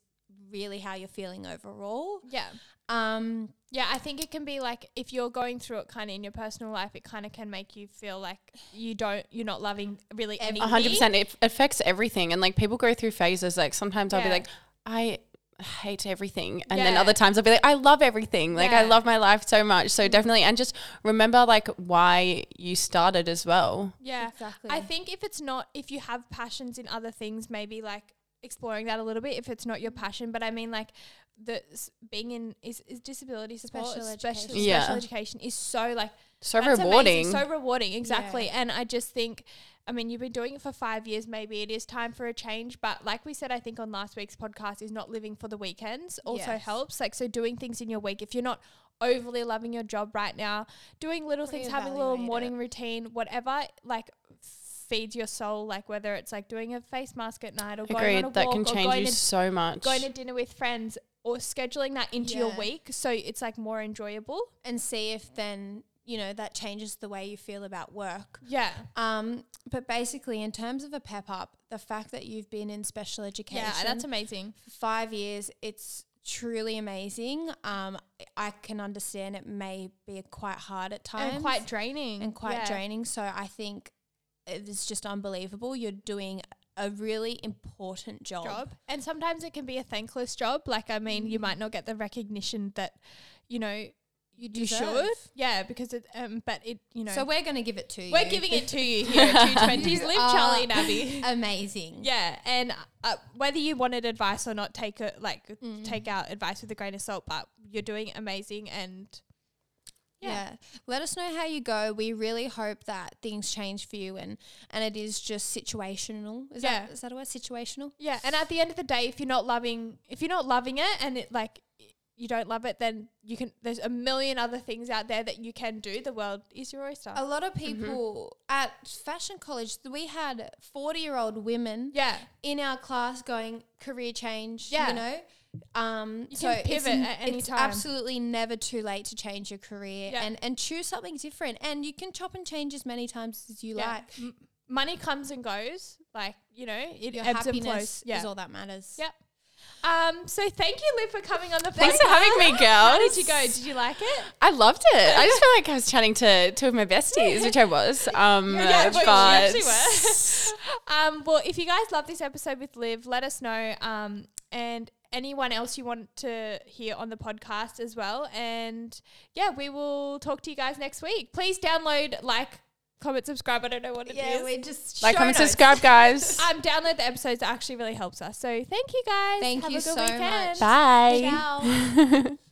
[SPEAKER 2] really how you're feeling overall.
[SPEAKER 1] Yeah.
[SPEAKER 2] Um,
[SPEAKER 1] Yeah, I think it can be like if you're going through it kind of in your personal life, it kind of can make you feel like you don't, you're not loving really
[SPEAKER 2] Every-
[SPEAKER 1] anything.
[SPEAKER 3] a hundred percent. It affects everything, and like people go through phases. Like sometimes I'll be
[SPEAKER 1] Yeah.
[SPEAKER 3] like, I hate everything. And then
[SPEAKER 1] Yeah.
[SPEAKER 3] other times I'll be like, I love everything. Like I
[SPEAKER 1] Yeah. Mm-hmm.
[SPEAKER 3] love my life so much. So definitely and just remember like why you started as well.
[SPEAKER 1] Yeah.
[SPEAKER 2] Exactly.
[SPEAKER 1] I think if it's not, if you have passions in other things, maybe like exploring that a little bit if it's not your passion. But I mean, like, the s- being in is, is disability support,
[SPEAKER 2] Special
[SPEAKER 1] special,
[SPEAKER 2] education.
[SPEAKER 1] special,
[SPEAKER 3] Yeah.
[SPEAKER 1] education is so like
[SPEAKER 3] So
[SPEAKER 1] that's amazing,
[SPEAKER 3] rewarding.
[SPEAKER 1] so rewarding, exactly. And I just think, I mean, you've been doing it for five years. Maybe it is time for a change. But like we said, I think on last week's podcast, is not living for the weekends also
[SPEAKER 2] Yes.
[SPEAKER 1] helps. Like, so doing things in your week, if you're not overly loving your job right now, doing little things, having a little
[SPEAKER 2] Reevaluate it.
[SPEAKER 1] morning routine, whatever, like feeds your soul. Like whether it's like doing a face mask at night or going on a
[SPEAKER 3] Agreed. That
[SPEAKER 1] walk
[SPEAKER 3] can
[SPEAKER 1] or
[SPEAKER 3] change
[SPEAKER 1] going
[SPEAKER 3] you
[SPEAKER 1] to
[SPEAKER 3] so much.
[SPEAKER 1] going to dinner with friends or scheduling that into your
[SPEAKER 2] Yeah.
[SPEAKER 1] week so it's like more enjoyable.
[SPEAKER 2] and see if then you know that changes the way you feel about work.
[SPEAKER 1] Yeah.
[SPEAKER 2] Um, but basically, in terms of a pep up, the fact that you've been in special education
[SPEAKER 1] Yeah, that's amazing.
[SPEAKER 2] for five years, it's truly amazing. Um, I can understand it may be quite hard at times
[SPEAKER 1] and quite draining
[SPEAKER 2] and quite
[SPEAKER 1] Yeah.
[SPEAKER 2] draining. So I think it's just unbelievable. You're doing a really important job.
[SPEAKER 1] job and sometimes it can be a thankless job like i mean
[SPEAKER 2] Mm.
[SPEAKER 1] you might not get the recognition that you know you,
[SPEAKER 2] deserve.
[SPEAKER 1] should yeah because it um but it you know
[SPEAKER 2] So we're going to give it to you. Uh,
[SPEAKER 1] we're giving it to you here at 220s live
[SPEAKER 2] are-
[SPEAKER 1] charlie and abby
[SPEAKER 2] amazing.
[SPEAKER 1] yeah and uh, whether you wanted advice or not take it like
[SPEAKER 2] Mm.
[SPEAKER 1] take out advice with a grain of salt but you're doing amazing and
[SPEAKER 2] yeah.
[SPEAKER 1] Yeah.
[SPEAKER 2] Let us know how you go. We really hope that things change for you and and it is just situational. Is that
[SPEAKER 1] Yeah.
[SPEAKER 2] is that a word? Situational?
[SPEAKER 1] yeah and at the end of the day if you're not loving if you're not loving it and it like you don't love it then you can there's a million other things out there that you can do the world is your oyster
[SPEAKER 2] A lot of people at fashion college, we had 40 year old women
[SPEAKER 1] yeah
[SPEAKER 2] in our class going career change,
[SPEAKER 1] Yeah.
[SPEAKER 2] you know? Um,
[SPEAKER 1] You
[SPEAKER 2] so
[SPEAKER 1] can
[SPEAKER 2] it's
[SPEAKER 1] pivot
[SPEAKER 2] n-
[SPEAKER 1] at any
[SPEAKER 2] it's
[SPEAKER 1] time.
[SPEAKER 2] absolutely never too late to change your career
[SPEAKER 1] Yeah.
[SPEAKER 2] and, and choose something different. And you can chop and change as many times as you
[SPEAKER 1] Yeah.
[SPEAKER 2] like.
[SPEAKER 1] M- money comes and goes. Like you know, it
[SPEAKER 2] Your
[SPEAKER 1] ebbs and
[SPEAKER 2] happiness
[SPEAKER 1] flows. Yeah.
[SPEAKER 2] is all that matters.
[SPEAKER 1] Yep. Um. So thank you, Liv, for coming on the podcast.
[SPEAKER 3] Thanks for having me, girls.
[SPEAKER 1] How did you go? Did you like it?
[SPEAKER 3] I loved it. I just feel like I was chatting to two of my besties, which I was. Um,
[SPEAKER 1] Yeah, but you actually
[SPEAKER 3] but-
[SPEAKER 1] Um. Well, if you guys love this episode with Liv, let us know. Um. And anyone else you want to hear on the podcast as well. And yeah, we will talk to you guys next week. Please download, like, comment, subscribe. I don't know what it is.
[SPEAKER 2] just
[SPEAKER 3] like,
[SPEAKER 2] show
[SPEAKER 3] comment,
[SPEAKER 2] notes.
[SPEAKER 3] subscribe, guys.
[SPEAKER 1] um, download the episodes. It actually really helps us. So thank you guys.
[SPEAKER 2] Thank
[SPEAKER 1] Have
[SPEAKER 2] you
[SPEAKER 1] a good
[SPEAKER 2] so
[SPEAKER 1] weekend.
[SPEAKER 2] much.
[SPEAKER 3] Bye.
[SPEAKER 2] Ciao.